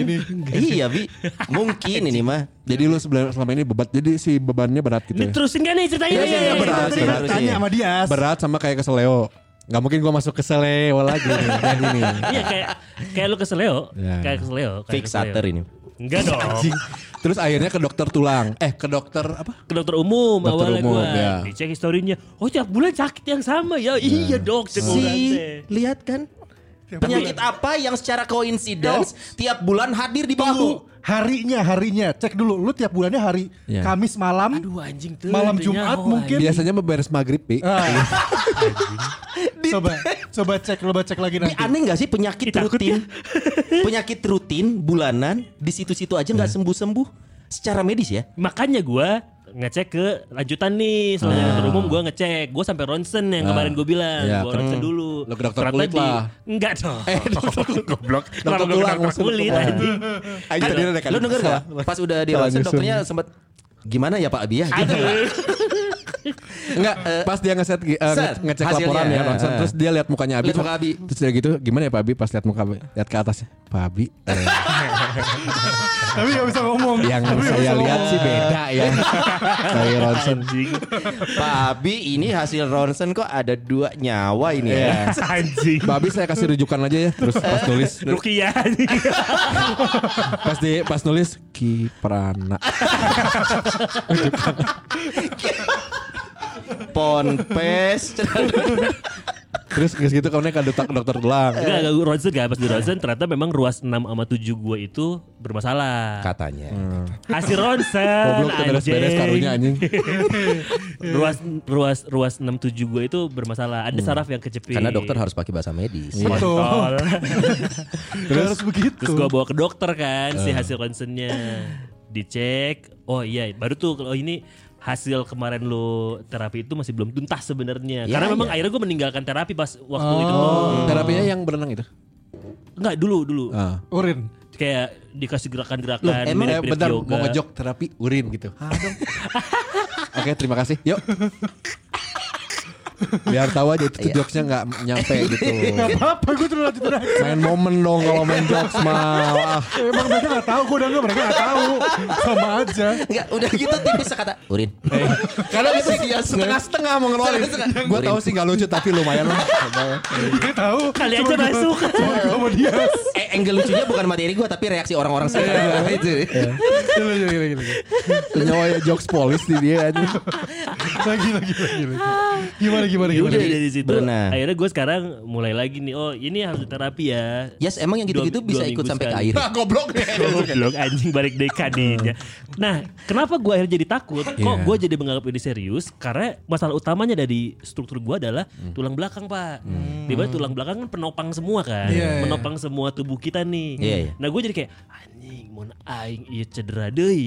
Iya bi, mungkin ini mah. Jadi lu sebelum- selama ini bebat jadi si bebannya berat gitu ya. Diterusin gak nih ceritanya? Iya, iya, iya, Kita berat, tadi berat, nggak tanya iya. sama dia. Berat sama kayak ke Seleo. Gak mungkin gua masuk ke Seleo lagi nih. Kayak gini. Iya kayak kayak lu kesel Leo, Ya. kayak kesel Leo. kayak Fix kesel Leo. Fixator ini. Enggak dong. Anjing. Terus akhirnya ke dokter tulang. Eh ke dokter apa? Ke dokter umum Dokter awalnya umum, gua. ya. Dicek historinya. Oh, tiap bulan sakit yang sama ya. Iya, Dok, cek Si, orang teh. lihat kan? Penyakit apa yang secara coincidence tiap bulan hadir di Tunggu. bahu? Harinya, harinya. Cek dulu. Lu tiap bulannya hari Iya. Kamis malam. Aduh anjing tuh. Malam teuing Jumat nyaho, mungkin. anjing. Biasanya beres maghrib pi. Ah. coba, coba cek, coba cek lagi Tapi nanti. aneh gak sih penyakit Ih, takut rutin? penyakit rutin bulanan di situ-situ aja nggak Iya. sembuh-sembuh secara medis ya? Makanya gua ngecek ke lanjutan nih selain dokter umum gua ngecek gua sampai ronsen yang kemarin gua Ah. bilang Iya, gua ter- ronsen dulu Lo ke dokter Ternyata kulit di- lah. enggak dong Eh dokter goblok dokter kenapa gua ke tulang dokter maksud lu. kulit anjing Ayo Kan, tadi ada kali. Lu denger gak? Salah. Pas udah di Salah ronsen nyusun. dokternya sempet gimana ya Pak Abi ya? Gitu. Aduh. Enggak, pas dia ngeset eh, nge- Set, ngecek hasilnya. laporan ya Ronson, Eh. terus dia lihat mukanya Abi. Lihat muka Abi. Terus dia gitu, gimana ya Pak Abi pas lihat muka Abi, lihat ke atas. Pak Abi, eh, Tapi gak bisa ngomong. yang Tapi nggak saya bisa lihat ngomong. sih beda ya. Saya Ronson. anjing Pak Abi ini hasil ronsen kok ada dua nyawa ini Iya. ya? anjing Pak Abi saya kasih rujukan aja ya, terus pas nulis Rukiah anjing. pas di pas nulis Kiprana. Ponpes. Terus terus gitu kamu ke dokter dokter tulang. Iya. Enggak, enggak, gua ronsen gak pas di Eh. ronsen ternyata memang ruas 6 sama 7 gua itu bermasalah. Katanya. Hmm. Hasil ronsen Goblok tuh beres-beres karunya anjing. anjing. Ruas ruas ruas 6 7 gua itu bermasalah. Hmm. Ada saraf yang kecepit. Karena dokter harus pakai bahasa medis. Iya. Betul. kontol. Terus begitu. Terus gua bawa ke dokter kan Eh. si hasil ronsennya. Dicek. Oh iya, baru tuh kalau ini hasil kemarin lo terapi itu masih belum tuntas Iya, sebenarnya. Ya, Karena memang ya. akhirnya gue meninggalkan terapi pas waktu itu. Oh. Terapinya yang berenang itu. Enggak dulu dulu. Oh. Ah. Urin. Kayak dikasih gerakan-gerakan Emang eh, Kan mirip-mirip bentar yoga. mau ngejok terapi urin gitu. Ah, Oke, terima kasih. Yuk. Biar tahu aja Iya. itu jokesnya nggak nyampe gitu. Gak apa-apa gue terus lanjut aja. Main momen dong kalau main jokes mah. Ah, Emang mereka gak tahu, gue udah nggak mereka gak tahu. Sama aja. Enggak, udah gitu tipis sekata urin. Eh. Karena itu dia setengah-setengah mau ngeluarin. Setengah-setengah. Gue tahu sih nggak lucu tapi lumayan lah. Dia tahu. Kali aja Cuma gua- masuk. Cuma gue sama dia. Eh, angle lucunya bukan materi gua tapi reaksi Iya. orang-orang sekitar. Itu. ya. Gila, gila, gila, gila. Senyawa ya jokes polis di dia aja. Lagi, lagi, lagi. lagi. Gimana, gimana, Ya gimana. udah dari situ. Berenang. Akhirnya gue sekarang mulai lagi nih. Oh ini harus terapi ya. Yes, emang yang gitu-gitu Dua- bisa dua ikut minggu sampai ke sekali. air. Goblok Goblok anjing balik dekadinya. Nah, kenapa gue akhirnya jadi takut? Kok Iya. gue jadi menganggap ini serius? Karena masalah utamanya dari struktur gue adalah Hmm. tulang belakang pak. Di mana tulang belakang kan penopang semua kan, Iya, iya. menopang semua tubuh kita nih. Iya, iya. Nah gue jadi kayak anjing, mau aing iya cedera deh.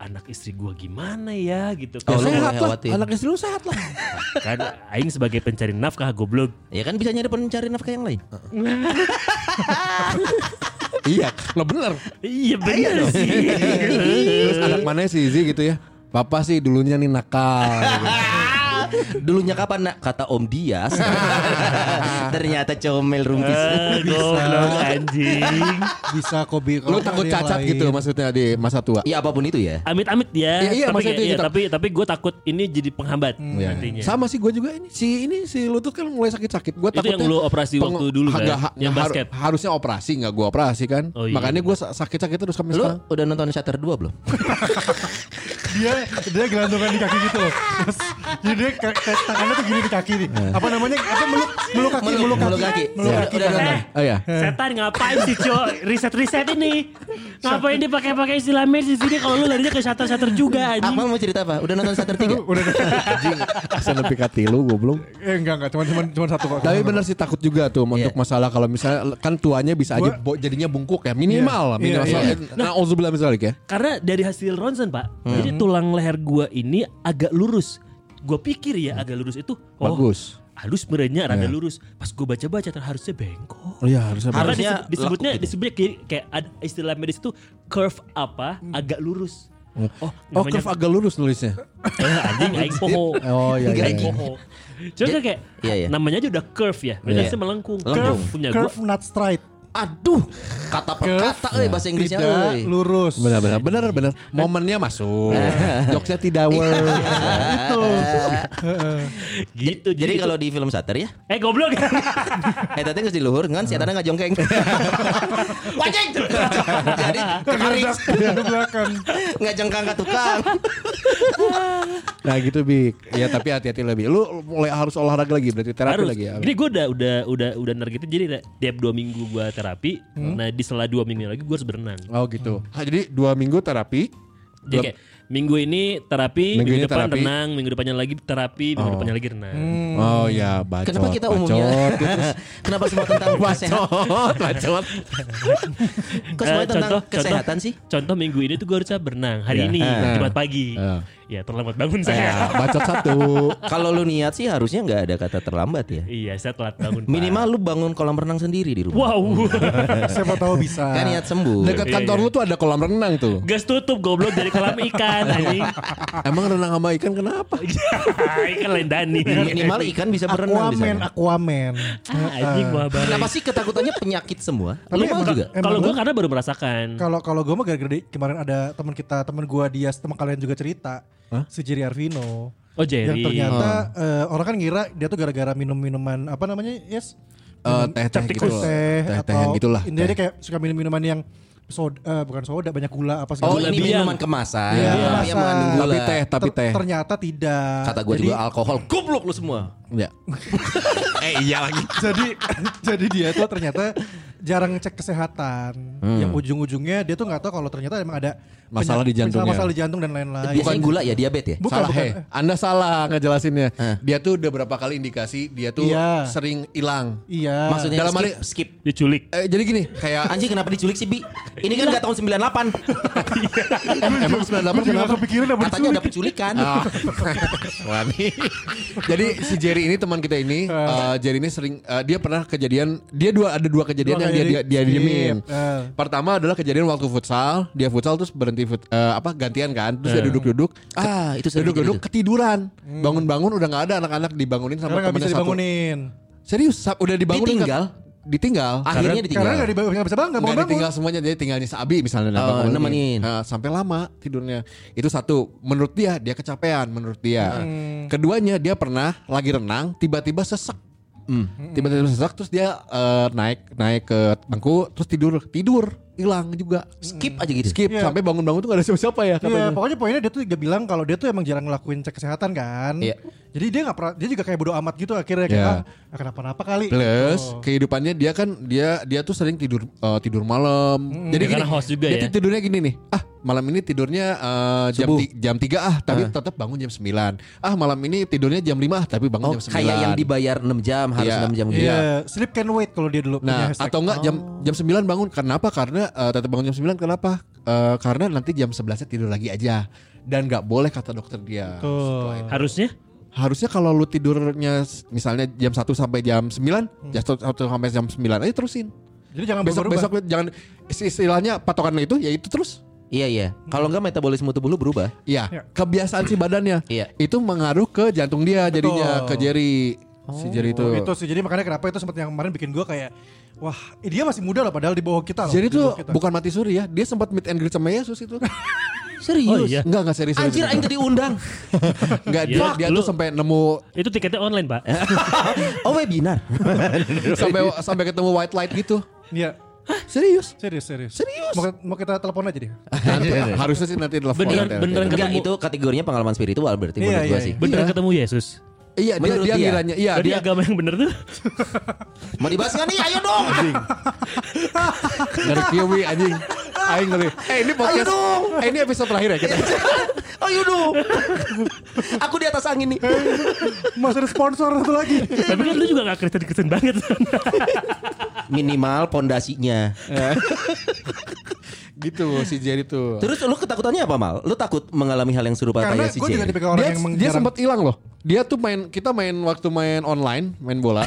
Anak istri gue gimana ya gitu. Ah. Oh, lu mulai Karena khawatir. istri lu sehat lah. kan aing sebagai pencari nafkah goblok. Ya kan bisa nyari pencari nafkah yang lain. Iya, lo bener. Iya bener sih. Terus anak mana sih Izzy gitu ya? Papa sih dulunya nih nakal. gitu. Dulunya kapan nak? Kata Om Dias. Ternyata comel rumpis. Ah, Goblok anjing. Bisa kopi. Lu takut cacat gitu maksudnya di masa tua. Ya Iya, apapun itu ya. Amit-amit ya. Iya, iya, tapi, maksudnya itu kayak- iya, kita- tapi tapi gue takut ini jadi penghambat Iya. nantinya. Sama sih gue juga ini si ini si lutut kan mulai sakit-sakit. Gue Itu takutnya yang lu operasi peng- waktu dulu kan? nggak ha- Yang nggak basket. harusnya operasi nggak gue operasi kan? Oh, iya. Makanya gue sakit-sakit terus kami Lu sekarang. udah nonton Shutter 2 belum? Dia dia gelantungan di kaki gitu loh. Terus jadi dia ka- ka- tangannya tuh gini di kaki nih. Apa namanya? Apa meluk meluk kaki Meluk- meluk kaki. meluk kaki. Meluk Iya. kaki. Udah tangannya. nonton. Eh, Oh iya. setan ngapain sih cok riset-riset ini? Ngapain dia pakai-pakai istilah medis di sini kalau lu larinya ke shutter-shutter juga Apa anjing. mau cerita apa? Udah nonton Shutter 3? Udah nonton. Asal lebih kati lu gue belum. Eh enggak enggak cuma cuma cuma satu kok. Tapi bener sih takut juga tuh untuk masalah kalau misalnya kan tuanya bisa aja Iya. Gua- bo- jadinya bungkuk ya minimal lah, Iya, minimal. iya, Soalnya- Nah, Ozubillah misalnya ya. Karena dari hasil ronsen pak, jadi tulang leher gua ini agak lurus. Gue pikir ya agak lurus itu. Oh, Bagus. Iya. halus merenya rada lurus. Pas gue baca-baca ternyata harusnya bengkok. Oh iya harusnya Karena Harusnya disebut- disebutnya laku gitu. disebutnya kayak, kayak ada istilah medis itu curve apa Hmm. agak lurus. Oh, Oh curve agak lurus nulisnya Eh, anjing aing poho. Oh iya iya, Aing iya. poho. Cuma kan kayak Iya, iya. namanya aja udah curve ya. Iya. Berarti melengkung. Lengkung. Curve punya gua. Curve not straight. Aduh, kata per kata euy bahasa Inggrisnya Tidak euy. lurus. Benar benar benar benar Momennya masuk Jokesnya tidak Iya. work Itu. Gitu. Jadi kalau di film Sater ya, eh goblok. eh tadi geus di luhur ngan si Atana ngajongkeng. Wajeng. Jadi kekarik Di belakang. ngajengkang ke tukang. Nah gitu Bik Ya tapi hati-hati lebih Lu mulai harus olahraga lagi Berarti terapi Harus. lagi ya Jadi gue udah udah udah udah nargetin jadi na- tiap dua minggu gue terapi. Hmm. Nah di sela dua minggu lagi gue harus berenang. Oh gitu Ah, Jadi dua minggu terapi Jadi kayak minggu ini Minggu terapi, minggu, ini depan terapi. renang, minggu depannya lagi terapi, minggu depannya lagi renang. Hmm. Oh ya bacot Kenapa kita umumnya? bacot. Kenapa semua tentang kesehatan? Bacot Bacot Kok semua Eh, tentang kesehatan sih? Contoh minggu ini tuh gue harusnya berenang Iya. hari ini Ah. Eh. Jumat pagi. Eh. Ya terlambat bangun Ya, saya. Bacot satu Kalau lu niat sih harusnya nggak ada kata terlambat ya. Iya saya telat bangun. Pak. Minimal lu bangun kolam renang sendiri di rumah. Wow. Siapa tahu bisa. Kan niat sembuh. Dekat Iya, kantor iya. lu tuh ada kolam renang tuh Gas tutup goblok dari kolam ikan anjing. Emang renang sama ikan kenapa? Iya, ikan lain Dani. Minimal ikan bisa berenang Aquaman, di sana. Aquaman. Ah, anjing gua Kenapa bareng. sih ketakutannya penyakit semua? Tapi Lu mau emang- juga? emang Kalau gue lu- karena baru merasakan. Kalau kalau gue mah gara-gara di- kemarin ada teman kita, teman gue dia, teman kalian juga cerita. Si Jerry Arvino. Oh Jerry. Yang ternyata Ah. eh, orang kan ngira dia tuh gara-gara minum minuman apa namanya? Yes. Eh, Minum teh-teh cek gitu tikus lah. iya. Teh, Teh-tehan atau gitulah, Intinya teh. dia kayak suka minum minuman yang soda, eh, bukan soda, banyak gula apa Oh iya, segala ini biang. minuman kemasan Iya, Yang kemasan. mengandung gula Tapi teh, tapi Ter- teh Ternyata tidak. Kata gue Jadi- juga alkohol Goblok lu semua Ya Eh iya lagi jadi jadi dia tuh ternyata jarang cek kesehatan. Yang ujung-ujungnya dia tuh nggak tahu kalau ternyata emang ada Hmm. Masalah di penyakit- jantungnya. Masalah di jantung dan lain-lain. Bukan gula ya diabetes ya Bukan, salah bukan. heh. Anda salah ngejelasinnya. Eh. Dia tuh udah berapa kali indikasi dia tuh Iya. sering hilang. Iya. Maksudnya Dalam skip, arti- skip. Diculik. Eh, jadi gini, kayak Anjing kenapa diculik sih Bi Ini kan gak tahun 98 emang 98 kenapa? Iya, kepikiran apa Katanya ada penculikan Ah. Wah, nih. Jadi si Jerry ini teman kita ini, Ah. eh, Jerry ini sering eh, dia pernah kejadian dia dua ada dua kejadian yang Dua dia dia, kejadian. dia diemin. Sip, eh. Pertama adalah kejadian waktu futsal, dia futsal terus berhenti fut, eh, apa gantian kan, terus dia duduk-duduk, Ah itu sering duduk-duduk gitu. ketiduran. Bangun-bangun udah nggak ada anak-anak dibangunin sama Karena Hmm. nggak bisa temannya satu. dibangunin. Serius, sab- udah dibangunin Ditinggal? Kak. ditinggal. Akhirnya Karena ditinggal nggak dibangun, nggak bisa bangun, nggak mau Nggak bangun. ditinggal semuanya jadi tinggalnya si Abi misalnya nah, Oh, bangun lagi. nemenin. Nah, sampai lama tidurnya itu satu menurut dia dia kecapean menurut dia Hmm. keduanya dia pernah lagi renang tiba-tiba sesek Hmm. tiba-tiba sesek terus dia eh, naik naik ke bangku terus tidur tidur hilang juga Skip aja gitu skip Iya. sampai bangun-bangun tuh gak ada siapa-siapa ya Iya, katanya pokoknya poinnya dia tuh dia bilang kalau dia tuh emang jarang ngelakuin cek kesehatan kan. Iya. Jadi dia nggak pernah, dia juga kayak bodo amat gitu akhirnya kayak Iya. ah, kenapa-napa kali. Plus Oh. Gitu. kehidupannya dia kan dia dia tuh sering tidur eh, tidur malam. Jadi Ya, karena host juga dia ya. tuh tidurnya gini nih. Ah, malam ini tidurnya eh, jam Subuh. ti- jam 3 ah, tapi tetap bangun jam 9. Ah, malam ini tidurnya jam 5 ah, tapi bangun Oh jam Nah, 9. kayak yang dibayar 6 jam Harus Iya. 6 jam gitu Iya, sleep can wait kalau dia dulu Nah, hashtag. atau enggak jam Oh. jam 9 bangun. Kenapa? Karena eh, tetap bangun jam 9 kenapa? Eh, karena nanti jam 11-nya tidur lagi aja. Dan nggak boleh kata dokter dia. Setelah itu. Harusnya Harusnya kalau lu tidurnya s- misalnya jam 1 sampai jam 9, Hmm. jam 1 sampai jam 9 aja terusin. Jadi jangan besok berubah. besok jangan istilahnya patokan itu ya itu terus Iya iya Kalau nggak metabolisme tubuh lu berubah Iya Ya. kebiasaan si badannya Iya. itu mengaruh ke jantung dia jadinya ke jari si jari itu Oh, Itu Gitu sih jadi makanya kenapa itu sempat yang kemarin bikin gua kayak wah eh, dia masih muda loh padahal di bawah kita loh. jadi di itu bawah kita. bukan mati suri ya dia sempat meet and greet sama Yesus itu Serius Oh, iya. enggak enggak serius serius, Ya. Anjir serius. aing tadi undang enggak dia Iya, dia lu- tuh sampai nemu itu tiketnya online pak. Oh webinar sampai sampai ketemu white light gitu Iya. serius Serius, serius. Serius? Mau, mau kita telepon aja deh. nanti harusnya sih nanti ya. telepon Beneran- Nanti- nanti- beneran nanti. Enggak Ketemu- itu kategorinya pengalaman spiritual berarti Iya, Menurut iya, gue sih iya. Beneran ketemu Yesus. iya dia Menurut dia dia. ngiranya iya Tadi dia agama yang bener tuh. Mau dibahas nggak nih ayo dong ngeri kiwi anjing Aing ngeri. Eh ini podcast. Ayo dong. Eh ini episode terakhir ya kita. Ayo dong. Aku di atas angin nih. Masih ada sponsor satu lagi. Iya, Tapi kan lu juga gak Kristen-Kristen banget. Minimal pondasinya. gitu si Jerry tuh. Terus lu ketakutannya apa mal? Lu takut mengalami hal yang serupa Karena kayak si gue juga Jerry? tipikal orang dia, yang dia mengjarang. sempat hilang loh. Dia tuh main kita main waktu main online, main bola.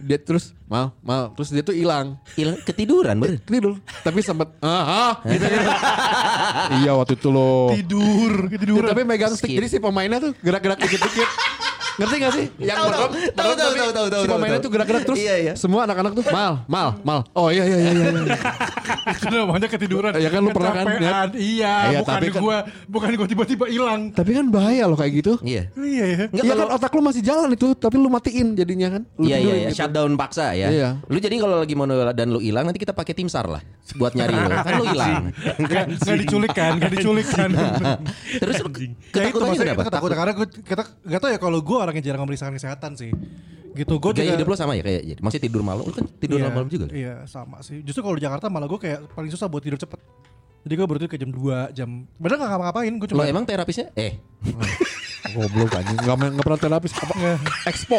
dia terus mal mal terus dia tuh hilang. Hilang- ketiduran bener. Tidur. Tapi sempat ah ah," gitu, gitu. Iya waktu itu loh. tidur Ya, ketiduran tapi megang stick Skip. jadi si pemainnya tuh gerak-gerak dikit-dikit. Ngerti gak sih? Yang Tahu, tahu, merem, tahu, merem, tahu, tapi tahu, tahu, tahu, Si pemainnya tahu. tuh gerak-gerak terus. Iya, iya. Semua anak-anak tuh mal, mal, mal. Oh iya iya iya iya. iya. itu namanya ketiduran Ya kan, lu pernah kan, Kecapean. lihat? iya Iya, bukan tapi kan- gua bukan gua tiba-tiba hilang tapi kan bahaya loh kayak gitu. Iya. iya ya Nggak, Iya kalau- kan otak lu masih jalan itu, tapi lu matiin jadinya kan. Lu Iya iya tidurin iya gitu. shutdown paksa ya. Iya. Lu jadi kalau lagi mau nolak dan lu hilang nanti kita pakai tim SAR lah buat nyari lu. Kan lu hilang. nggak nggak diculik kan nggak diculik kan Iya. Terus lu- Ya itu ketakutannya maksudnya kenapa? kita ketakutan karena gue kita gak tau ya kalau gue orang yang jarang memeriksakan kesehatan sih. Gitu gue Gaya hidup lu sama ya kayak jadi maksudnya tidur malam lu kan tidur malam juga. lu. Iya sama sih. Justru kalau di Jakarta malah gue kayak paling susah buat tidur cepet. Jadi gue baru tidur kayak jam 2 jam. Padahal gak ngapa-ngapain gue cuma. Lo emang terapisnya eh Goblok anjing, enggak enggak pernah terapis apa Iya. expo.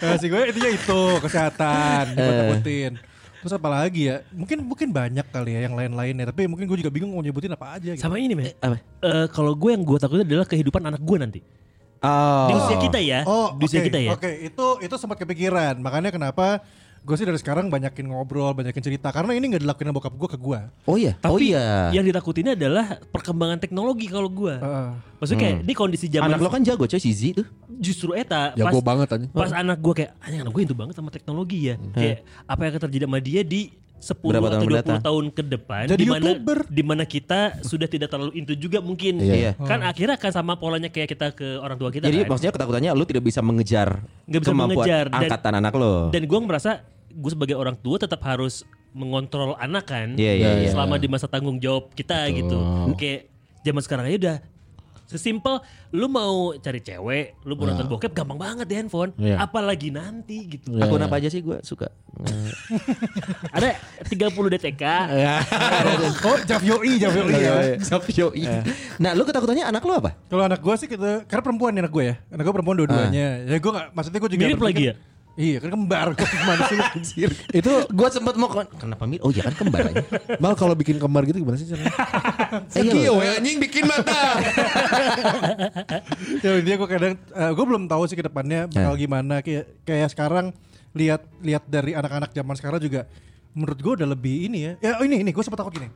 Eh, sih gue intinya itu kesehatan gue Eh. takutin. Terus apa lagi ya? Mungkin mungkin banyak kali ya yang lain-lain ya. Tapi mungkin gue juga bingung mau nyebutin apa aja. Gitu. Sama ini men. apa? Eh, kalau gue yang gue takutin adalah kehidupan anak gue nanti. Oh. Di usia kita ya. Oh, di oke. usia kita ya. Oke, itu itu sempat kepikiran. Makanya kenapa gue sih dari sekarang banyakin ngobrol, banyakin cerita. Karena ini nggak dilakuin sama bokap gue ke gue. Oh iya. oh Tapi iya. yang ditakutinnya adalah perkembangan teknologi kalau gue. Heeh. Maksudnya kayak Hmm. ini kondisi zaman Anak lo kan jago coy si Z tuh. justru eta Jago banget anjing. Pas anak gue kayak anjing anak gue itu banget sama teknologi ya. Kayak apa yang akan terjadi sama dia di 10 Hmm. Berapa atau tahun 20 mendatang? tahun ke depan Jadi di mana YouTuber. di mana kita sudah tidak terlalu into juga mungkin. Iya. Kan Oh. akhirnya akan sama polanya kayak kita ke orang tua kita Jadi kan. maksudnya ketakutannya lu tidak bisa mengejar Nggak bisa kemampuan mengejar, dan- angkatan anak lo. Dan gue merasa gue sebagai orang tua tetap harus mengontrol anak kan. Iya, iya, iya. Selama di masa tanggung jawab kita gitu. Kayak zaman sekarang aja udah sesimpel lu mau cari cewek, lu mau Nah. nonton bokep gampang banget di handphone. Iya. Apalagi nanti gitu. Akun Iya, apa aja sih gue suka. Ada 30 DTK. Iya. Oh, Javyoi, Javyoi ya. Sapio. Nah, lu ketakutannya anak lu apa? Kalau anak gue sih kita, karena perempuan nih anak gue ya. Anak gue perempuan dua-duanya. Ah. Ya gue gak, maksudnya gue juga Mirip berpikir- lagi ya? Iya kan kembar Gua gimana sih lu? Anjir. Itu gua sempat mau kon- kenapa mir? Oh iya kan kembar aja. Mal kalau bikin kembar gitu gimana sih caranya? Eh, iya loh. ya. anjing bikin mata. ya intinya gue kadang eh, gue belum tahu sih ke depannya Eh. bakal gimana kayak kayak sekarang lihat lihat dari anak-anak zaman sekarang juga menurut gue udah lebih ini ya ya oh ini ini gue sempat takut gini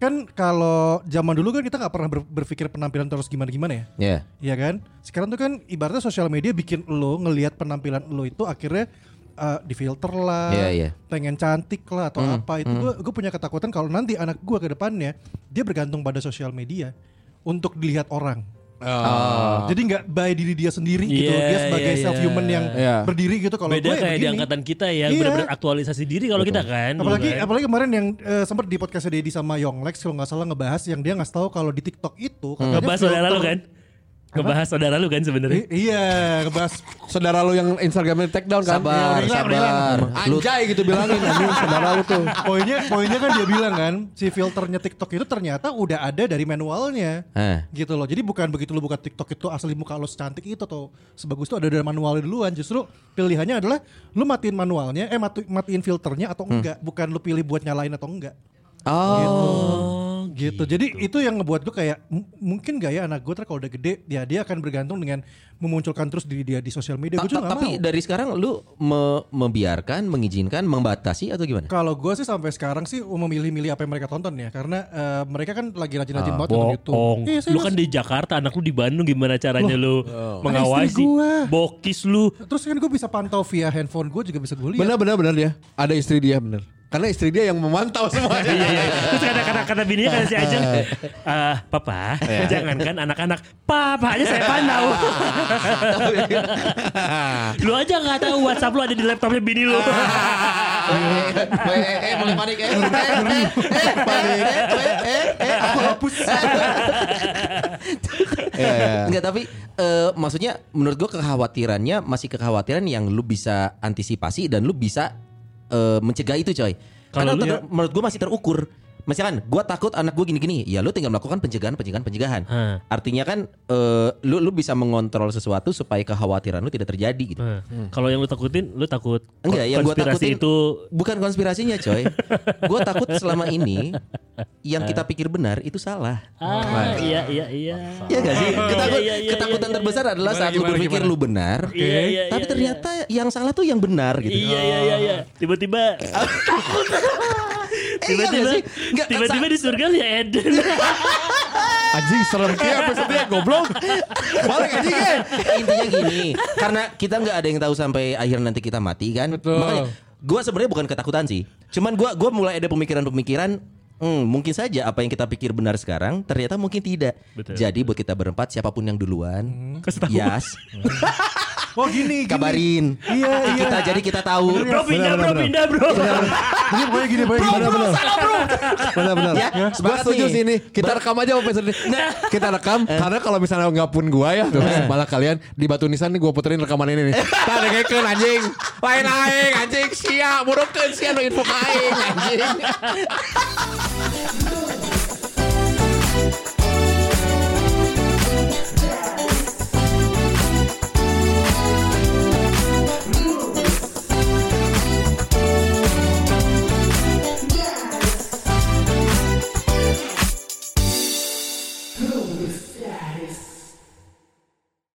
kan kalau zaman dulu kan kita nggak pernah ber- berpikir penampilan terus gimana gimana ya Iya. Iya kan? Sekarang tuh kan ibaratnya sosial media bikin lo ngelihat penampilan lo itu akhirnya eh, difilter lah, Iya, Hmm, iya. pengen cantik lah atau apa itu gue gue punya ketakutan kalau nanti anak gue ke depannya dia bergantung pada sosial media untuk dilihat orang. Ah. Ah. Nah, Jadi nggak by diri dia sendiri gitu, Iya, dia sebagai iya, self iya. human yang Iya. berdiri gitu. Kalau gue Beda ya kayak di begini. angkatan kita ya, yang Iya. benar-benar aktualisasi diri kalau kita kan. dulu Apalagi kan. apalagi kemarin yang eh, sempat di podcast Dedi sama Yonglex kalau nggak salah ngebahas yang dia nggak tahu kalau di TikTok itu katanya ngebahas saudara lu filter- kan. Ngebahas saudara lu kan sebenarnya. I- Iya, ngebahas Saudara lu yang Instagramnya take down kan? Iya, udah Sabar, hilang, udah sabar. Lu Anjay gitu bilangin anjing saudara lu tuh. poinnya poinnya kan dia bilang kan si filternya TikTok itu ternyata udah ada dari manualnya Eh. gitu loh jadi bukan begitu lu buka TikTok itu asli muka lo secantik itu atau sebagus itu ada dari manualnya duluan justru pilihannya adalah lu matiin manualnya eh matu- matiin filternya Hmm. atau enggak bukan lu pilih buat nyalain atau enggak Oh, gitu jadi itu yang ngebuat gue kayak "M- mungkin gak ya anak gue kalau udah gede ya dia akan bergantung dengan memunculkan terus diri dia di sosial media gue Oh, Ta- Iya, juga ta- nggak tapi mau dari sekarang lu me- membiarkan, mengizinkan, membatasi atau gimana? Kalau gue sih sampai sekarang sih memilih-milih apa yang mereka tonton ya, karena eh, mereka kan lagi rajin-rajin banget nonton YouTube. Ah, bohong. Iya, lu serius. kan di Jakarta, anak lu di Bandung gimana caranya lu mengawasi Istri gua. bokis lu. Terus kan gue bisa pantau via handphone gue juga bisa gue lihat. Bener bener bener ya. Ada istri dia bener. Karena istri dia yang memantau semuanya. Iya, iya. Terus kata kata kata bininya kan si Ajeng, "Eh, papa, jangankan anak-anak, papa aja saya pandau. lu aja nggak tahu WhatsApp lu ada di laptopnya bini lu. Ah. Eh, mulai panik eh. Eh, Iya, iya. Enggak tapi eh, maksudnya menurut gua kekhawatirannya masih kekhawatiran yang lu bisa antisipasi dan lu bisa eh, mencegah itu coy. Karena Kalau lu- ya- ter- menurut gua masih terukur. misalkan gua takut anak gua gini-gini, ya lu tinggal melakukan pencegahan, pencegahan, pencegahan. Hah. Artinya kan eh, lu lu bisa mengontrol sesuatu supaya kekhawatiran lu tidak terjadi gitu. Nah, Kalau yang lu takutin, lu takut Enggak, yang gua konspirasi takutin- itu Bukan konspirasinya, coy. gua takut selama ini yang kita pikir benar itu salah. ah iya iya iya. Iya gak sih? Ketakut- iya, iya, ketakutan iya, terbesar adalah Gimana, saat lu gimana, berpikir gimana? lu benar, Iya, iya, tapi iya, ternyata yang salah tuh yang benar gitu. Iya iya iya iya. Tiba-tiba Eh, iya tiba-tiba gak sih? Nggak, tiba-tiba di surga ya Eden. Anjing serem kayak episode-nya goblok. Balik anjing eh. sa- intinya gini, karena kita nggak ada yang tahu sampai akhir nanti kita mati kan. Betul. Makanya gua sebenarnya bukan ketakutan sih. Cuman gua gua mulai ada pemikiran-pemikiran Hmm, mungkin saja apa yang kita pikir benar sekarang ternyata mungkin tidak. Betul. Hmm. Jadi buat kita berempat siapapun yang duluan, Kasih tahu. Yas, Oh gini, gini. kabarin. Iya, iya. Kita jadi kita tahu. Bro pindah bro pindah bro. Ini pokoknya gini, pokoknya gini. Benar benar. Benar benar. Iya, Ya, Gua sepakat setuju nih. sih ini. Kita rekam aja episode ini. Kita rekam karena kalau misalnya nggak pun gua ya tuh malah kalian di batu nisan nih gua puterin rekaman ini nih. Tak ada ngeken, anjing. Lain aing anjing sia burukeun sia nu info ka aing anjing.